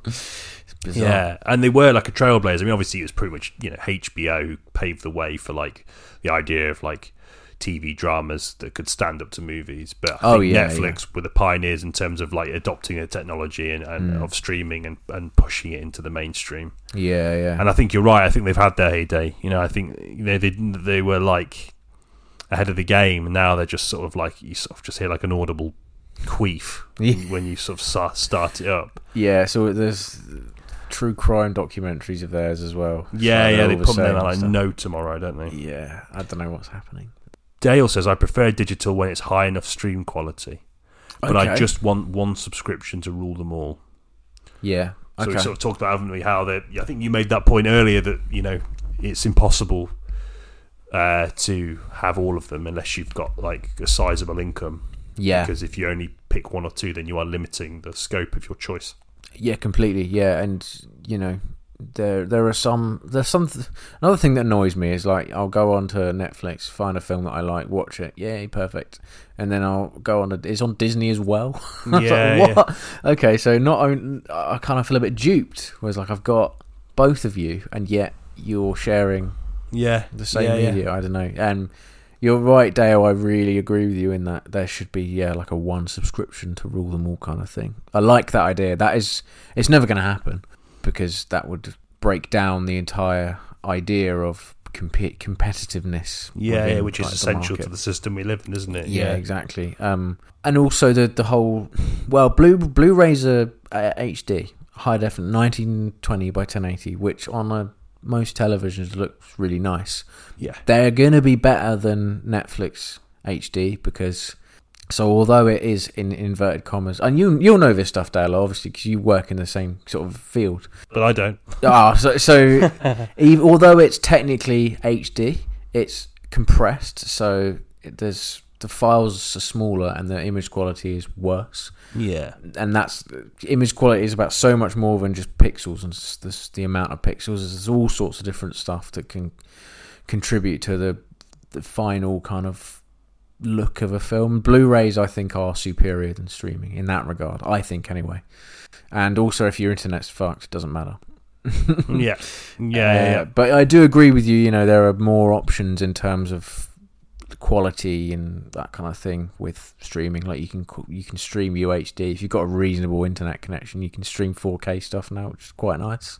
yeah, and they were like a trailblazer. I mean, obviously it was pretty much you know HBO who paved the way for like the idea of like TV dramas that could stand up to movies. But I Oh, think yeah, Netflix were the pioneers in terms of like adopting the technology and, and Hmm. of streaming and, and pushing it into the mainstream. yeah, yeah. And I think you're right. I think they've had their heyday. You know, I think they they, they were like ahead of the game. and Now they're just sort of like you sort of just hear like an audible queef Yeah. when you sort of sa- start it up. yeah, so there's true crime documentaries of theirs as well. So Yeah, they're yeah, all they the put them same out like stuff. no tomorrow, don't they? Yeah, I don't know what's happening. Dale says I prefer digital when it's high enough stream quality, but I Okay. just want one subscription to rule them all. Yeah. So Okay. we sort of talked about, haven't we, how that I think you made that point earlier that, you know, it's impossible uh, to have all of them unless you've got like a sizable income. yeah. Because if you only pick one or two, then you are limiting the scope of your choice. Yeah, completely. Yeah, and you know, there there are some there's some th- another thing that annoys me is like I'll go on to Netflix, find a film that I like, watch it, yay, perfect, and then I'll go on. To, it's on Disney as well. I was Yeah, like, what? Okay, so not only I kind of feel a bit duped, whereas like I've got both of you, and yet you're sharing Yeah, the same media. I don't know, and You're right, Dale. I really agree with you in that there should be yeah like a one subscription to rule them all kind of thing. I like that idea. That is, it's never going to happen because that would break down the entire idea of compete competitiveness. Yeah, within, yeah which is like, the essential market. to the system we live in, isn't it? Yeah, exactly. Um, and also the the whole well, blue Blu-rays are uh, HD, high def, 1920 by 1080, which on a, most televisions looks really nice. Yeah. They're gonna be better than Netflix HD because. So although it is in inverted commas, and you you'll know this stuff, Dale, obviously, because you work in the same sort of field. But I don't. Ah, so, so ev although it's technically HD, it's compressed, so it, there's the files are smaller and the image quality is worse. Yeah. And that's image quality is about so much more than just pixels and s- the, s- the amount of pixels. There's all sorts of different stuff that can contribute to the the final kind of look of a film. Blu-rays, I think, are superior than streaming in that regard. I think, anyway. And also, if your internet's fucked, it doesn't matter. Yeah. Yeah. yeah, Uh, yeah. But I do agree with you. You know, there are more options in terms of quality and that kind of thing with streaming. Like you can qu- you can stream UHD if you've got a reasonable internet connection. You can stream 4K stuff now, which is quite nice.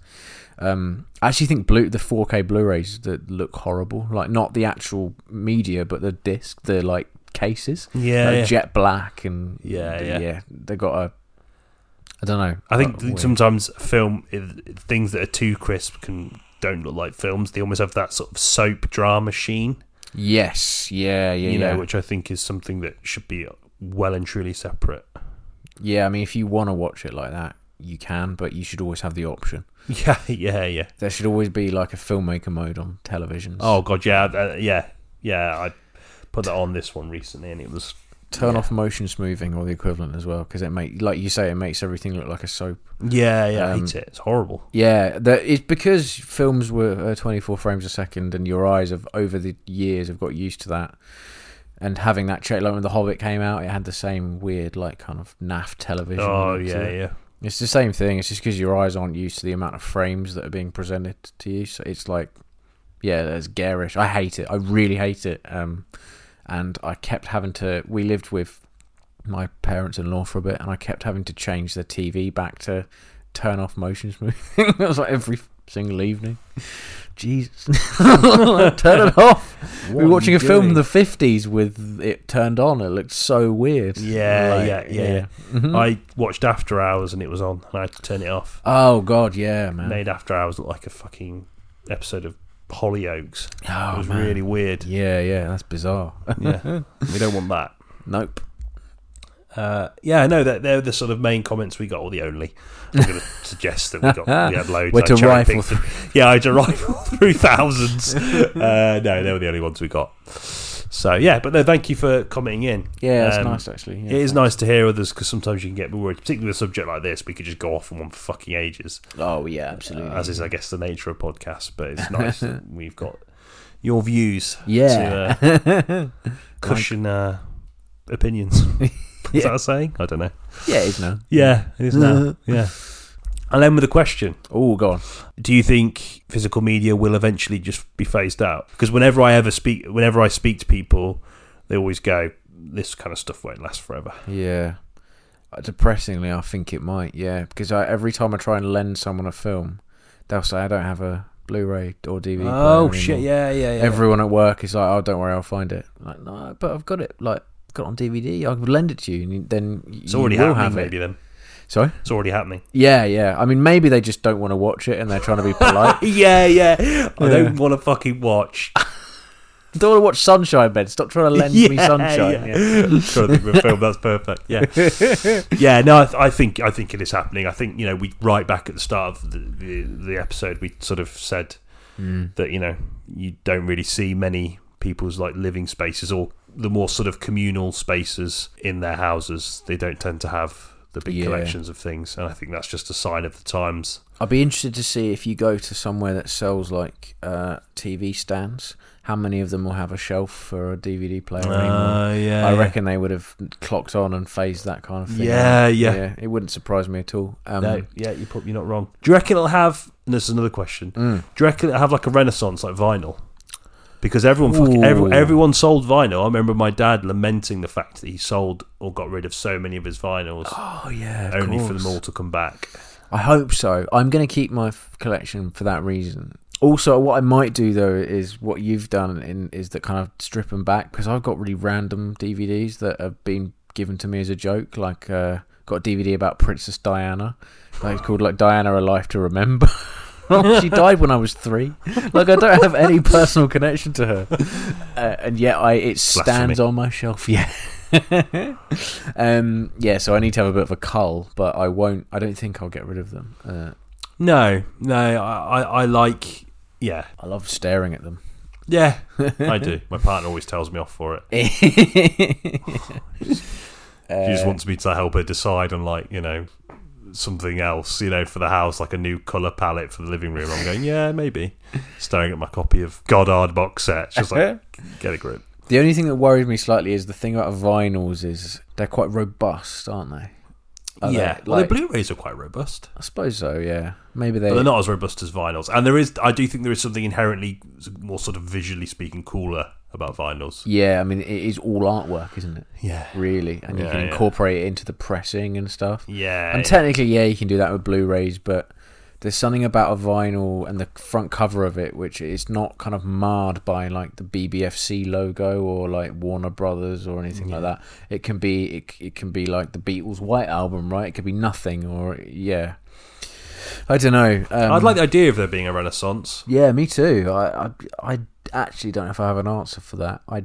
Um, I actually think blue the 4K Blu-rays that look horrible, like not the actual media, but the disc, the like cases, Yeah, like yeah. jet black and Yeah, yeah. They got a. I don't know. I think uh, th- weird. sometimes film i- things that are too crisp can don't look like films. They almost have that sort of soap drama sheen, Yes. Yeah. Yeah. you know, yeah. which I think is something that should be well and truly separate. Yeah, I mean, if you want to watch it like that, you can, but you should always have the option. Yeah, yeah, yeah. There should always be like a filmmaker mode on television. Oh god, yeah, uh, yeah, yeah. I put that on this one recently, and it was turn off motion smoothing or the equivalent as well, because it make like you say, it makes everything look like a soap. yeah, yeah. I Um, hate it. It's horrible. Yeah, that it's because films were uh, 24 frames a second, and your eyes have over the years have got used to that. And having that check, like when The Hobbit came out, it had the same weird, like kind of naff television. Oh look to yeah, it. yeah. It's the same thing. It's just because your eyes aren't used to the amount of frames that are being presented to you. So it's like, yeah, it's garish. I hate it. I really hate it. Um, and I kept having to. We lived with my parents-in-law for a bit, and I kept having to change the TV back to turn off motion smoothing. it was like every single evening. Jesus, turn it off. we were watching a film in the fifties with it turned on. It looked so weird. Yeah, Like, yeah, yeah, yeah. Mhm. I watched After Hours, and it was on, and I had to turn it off. Oh God, yeah, man. Made After Hours look like a fucking episode of Hollyoaks. Oh, it was man. really weird. Yeah, yeah, that's bizarre. Yeah, we don't want that. nope. Uh, yeah, no, they're, they're the sort of main comments we got, or the only. I'm going to suggest that we got we had loads. We're I to cherry-picked rifle them. Yeah, I to rifle through thousands. Uh, no, they were the only ones we got. So yeah, but no, thank you for commenting in. Yeah, it's Um, nice actually. Yeah, it is nice to hear others because sometimes you can get worried, particularly with a subject like this. We could just go off on one for fucking ages, Oh yeah, absolutely. as is, I guess, the nature of podcasts. But it's nice that we've got your views yeah. to uh, cushion uh, opinions. Is that a saying? I don't know. yeah, it is now. Yeah, it is now. yeah. I'll end with a question. Oh, go on. Do you think physical media will eventually just be phased out? Because whenever I ever speak, whenever I speak to people, they always go, "This kind of stuff won't last forever." Yeah. Uh, Depressingly, I think it might. Yeah, because I, every time I try and lend someone a film, they'll say I don't have a Blu-ray or DVD. player anymore." Oh, Yeah, yeah, yeah. Everyone at work is like, "Oh, don't worry, I'll find it." Like, no, but I've got it. Like, got it on DVD. I could lend it to you, and you- then it's you already will happening. have it. Maybe then Sorry. it's already happening. Yeah, yeah. I mean, maybe they just don't want to watch it, and they're trying to be polite. yeah, yeah. I Yeah. don't want to fucking watch. don't want to watch Sunshine, Ben. Stop trying to lend me Yeah, Sunshine. yeah. I'm trying to think of a film that's perfect. Yeah, yeah. No, I, th- I think I think it is happening. I think you know we right back at the start of the, the, the episode we sort of said Hmm. that you know you don't really see many people's like living spaces or the more sort of communal spaces in their houses. They don't tend to have the big Yeah. collections of things, and I think that's just a sign of the times. I'd be interested to see if you go to somewhere that sells like uh, TV stands, how many of them will have a shelf for a DVD player anymore. Uh, yeah, I reckon they would have clocked on and phased that kind of thing. Yeah, out. yeah. It wouldn't surprise me at all. Um, No, yeah, you're probably not wrong. hmm. Do you reckon it'll have? And this is another question. Do you reckon it'll have like a renaissance, like vinyl? because everyone fucking, every, Ooh. everyone sold vinyl. I remember my dad lamenting the fact that he sold or got rid of so many of his vinyls Oh yeah, of only for them course. all to come back. I hope so. I'm going to keep my f- collection for that reason. Also, what I might do though is what you've done in is that kind of strip them back because I've got really random DVDs that have been given to me as a joke. Like, uh, got a DVD about Princess Diana. Like, it's called like Diana: A Life to Remember. Oh, she died when I was three. Like, I don't have any personal connection to her, uh, and yet I it stands on my shelf. Yeah. um, yeah, so I need to have a bit of a cull, but I won't. I don't think I'll get rid of them. Uh, No, no, I, I, I like, yeah, I love staring at them. yeah, I do. My partner always tells me off for it. She Uh, just wants me to help her decide on like you know something else, you know, for the house, like a new color palette for the living room. I'm going, yeah, maybe. Staring at my copy of Goddard box set, she's like, get a grip. the only thing that worries me slightly is the thing about vinyls is they're quite robust, aren't they? Are they, yeah, well, the like- Blu-rays are quite robust, I suppose so. Yeah, maybe they. but they're not as robust as vinyls. And there is, I do think there is something inherently more sort of visually speaking cooler about vinyls. Yeah, I mean it is all artwork, isn't it? Yeah, Really, and you Yeah, can yeah. incorporate it into the pressing and stuff. yeah. And technically, yeah, you can do that with Blu-rays, but there's something about a vinyl and the front cover of it which is not kind of marred by like the BBFC logo or like Warner Brothers or anything like that. It can be it, it can be like the Beatles' White Album, right? It could be nothing or yeah. I don't know. Um, I'd like the idea of there being a renaissance. Yeah, me too. I, I I actually don't know if I have an answer for that. I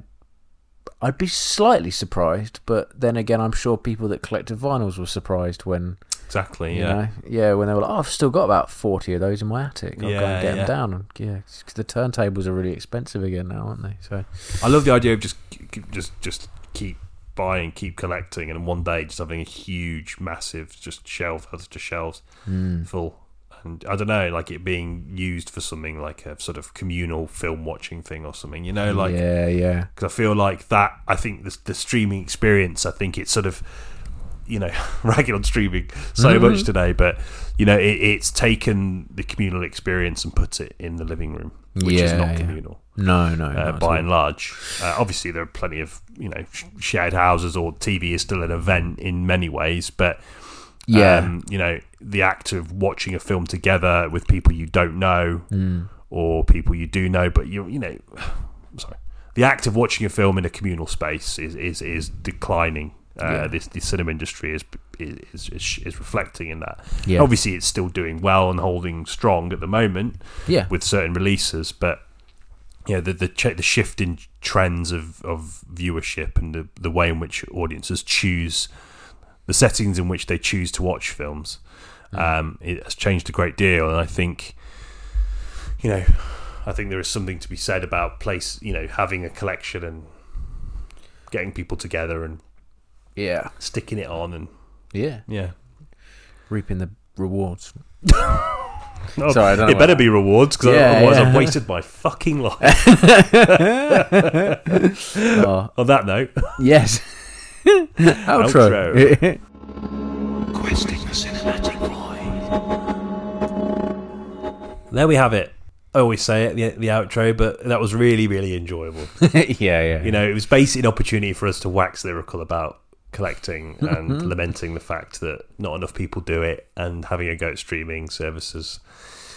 I'd be slightly surprised, but then again, I'm sure people that collected vinyls were surprised when Exactly. you Yeah. know? yeah. When they were like, "Oh, I've still got about forty of those in my attic. I'll go Yeah, and get yeah. them down." And, yeah, 'cause the turntables are really expensive again now, aren't they? So I love the idea of just just just keep buying, keep collecting, and one day just having a huge, massive, just shelf just shelves Hmm. full. And I don't know, like it being used for something like a sort of communal film watching thing or something. You know, like yeah, yeah, because I feel like that. I think the, the streaming experience. I think it's sort of you know ragging on streaming so Mm-hmm. much today, but you know it, it's taken the communal experience and put it in the living room, which is Yeah, not yeah. communal no, no, not uh, at by all. and large. Uh, obviously, there are plenty of you know sh- shared houses or TV is still an event in many ways, but yeah, um, you know the act of watching a film together with people you don't know Hmm. or people you do know, but you you know, I'm sorry, the act of watching a film in a communal space is is, is declining. Uh, Yeah. This the cinema industry is is is, is reflecting in that. Yeah. Obviously, it's still doing well and holding strong at the moment yeah, with certain releases, but you know the the, ch- the shift in trends of, of viewership and the, the way in which audiences choose the settings in which they choose to watch films um, it has changed a great deal, and I think you know I think there is something to be said about place you know having a collection and getting people together and yeah, sticking it on and yeah, yeah. reaping the rewards. Oh, Sorry, I don't know it better about be rewards because Yeah, otherwise yeah. I've wasted my fucking life. Oh, on that note, yes. Outro. Questing the cinematic void. There we have it. I always say it, the, the outro, but that was really, really enjoyable. yeah, yeah. You know, it was basically an opportunity for us to wax lyrical about collecting Mm-hmm. and lamenting the fact that not enough people do it and having a go at streaming services,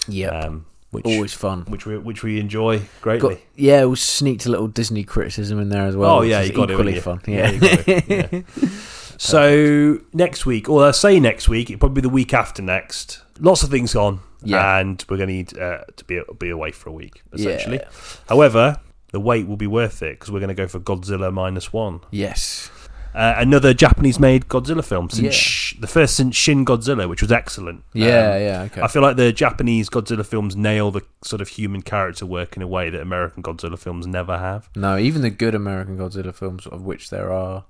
yeah. um, which Always fun. which we which we enjoy greatly. Got, yeah, we sneaked a little Disney criticism in there as well. oh which yeah, is you got equally it. fun. haven't you? Yeah, Yeah, you got it. Yeah. So next week, or I say next week, it probably be the week after next. Lots of things on, Yeah. and we're going to need uh, to be be away for a week essentially. Yeah. However, the wait will be worth it because we're going to go for Godzilla minus one, yes, uh, another Japanese-made Godzilla film since Yeah. sh- the first since Shin Godzilla, which was excellent. yeah, Um, yeah. Okay, I feel like the Japanese Godzilla films nail the sort of human character work in a way that American Godzilla films never have. No, even the good American Godzilla films, of which there are.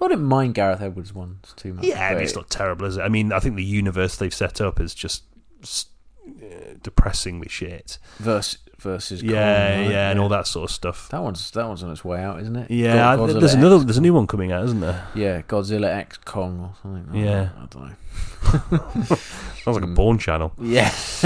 I do not mind Gareth Edwards ones too much. Yeah, I mean, but it's not terrible, is it? I mean, I think the universe they've set up is just s- uh, depressingly shit. versus versus. Kong, yeah, right? yeah, and all that sort of stuff. That one's that one's on its way out, isn't it? Yeah, Go- I- Godzilla there's X- another, there's a new one coming out, isn't there? Yeah, Godzilla X Kong or something. I don't- Yeah. I don't know. Sounds like a porn channel. Yeah.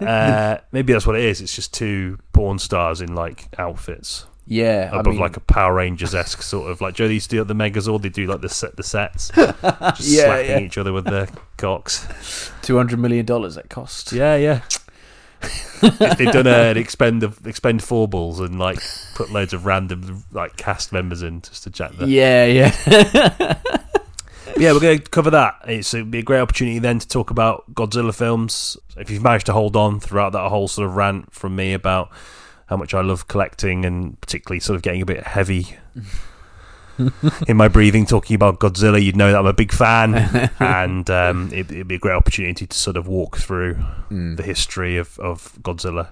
Uh, maybe that's what it is. It's just two porn stars in like outfits yeah. I above mean, like a Power Rangers esque sort of like Jodie used to do at the Megazord. They do like the set the sets, just Yeah, slapping yeah. each other with their cocks. $200 million that cost. Yeah, yeah. If They've done a, an expend of expend four balls and like put loads of random like cast members in just to jack the Yeah, yeah. yeah, we're going to cover that. It's, it'd be a great opportunity then to talk about Godzilla films. If you've managed to hold on throughout that whole sort of rant from me about how much I love collecting and particularly sort of getting a bit heavy in my breathing talking about Godzilla, you'd know that I'm a big fan. and um, it, it'd be a great opportunity to sort of walk through the history of, of Godzilla.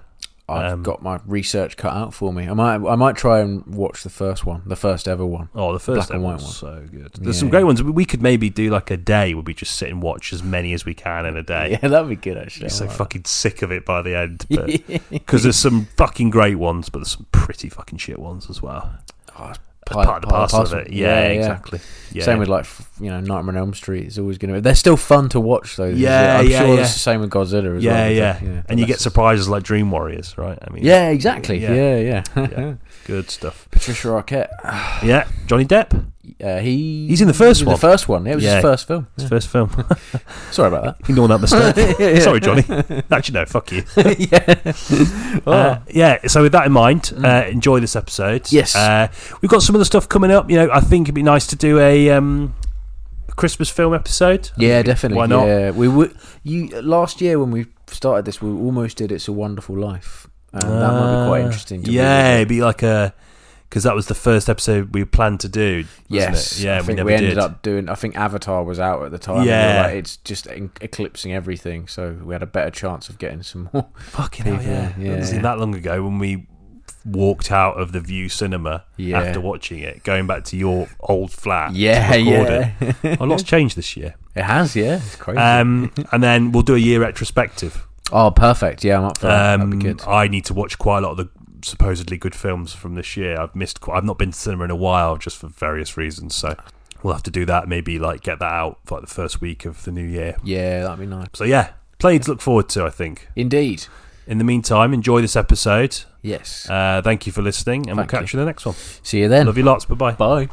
I've Um, got my research cut out for me. I might, I might try and watch the first one, the first ever one. Oh, the first Black and one white was one. so good. There's Yeah, some great yeah. ones. We could maybe do like a day where we just sit and watch as many as we can in a day. Yeah, that'd be good actually. Uh, You're I so like fucking sick of it by the end. that. Because there's some fucking great ones, but there's some pretty fucking shit ones as well. Oh, it's P- part- Part, of the part parcel of it. Yeah, exactly. Yeah. Same with like f- you know Nightmare on Elm Street. It's always going to. be... They're still fun to watch though. isn't it? Yeah, I'm yeah, sure yeah. that's the same with Godzilla as yeah, well. yeah, And you get that's- surprises like Dream Warriors, right? I mean, Yeah, exactly. Yeah. Yeah, yeah. Yeah. good stuff. Patricia Arquette. Yeah, Johnny Depp, Uh, he He's in the first he's one. The first one. Yeah, it was Yeah. his first film. his first film. Sorry about Ignore that mistake. that. Yeah. Sorry, Johnny. Actually, no, fuck you. yeah. Oh. Mm. Uh, yeah, so with that in mind, uh, enjoy this episode. Yes. Uh, we've got some other stuff coming up. You know, I think it'd be nice to do a um, Christmas film episode. I yeah, think- definitely. Why not? Yeah, we would. You last year when we started this, we almost did "It's a Wonderful Life." Um, that might be quite Ah, interesting. To yeah, revisit. it'd be like a because that was the first episode we planned to do. wasn't Yes. it? yeah, I we think never we ended did. up doing. I think Avatar was out at the time. and we were Yeah. like, it's just en- eclipsing everything, so we had a better chance of getting some more. Fucking hell, people, yeah, yeah. It wasn't that long ago when we walked out of the View Cinema Yeah. after watching it, going back to your old flat. Ah, to yeah, record yeah. It. it. A lot's changed this year. has. Yeah, it's crazy. Um, and then we'll do a year retrospective. oh, perfect. Yeah, I'm up for that. That'd be Um, good. I need to watch quite a lot of the supposedly good films from this year. I've missed. Quite, I've not been to cinema in a while, just for various reasons. So we'll have to do that. Maybe like get that out for like the first week of the new year. Yeah, that'd be nice. So yeah, plenty to look forward to. I think. Indeed. In the meantime, enjoy this episode. Yes. Uh, thank you for listening, and Thank we'll catch you. in the next one. See you then. Love you lots. Bye bye. Bye.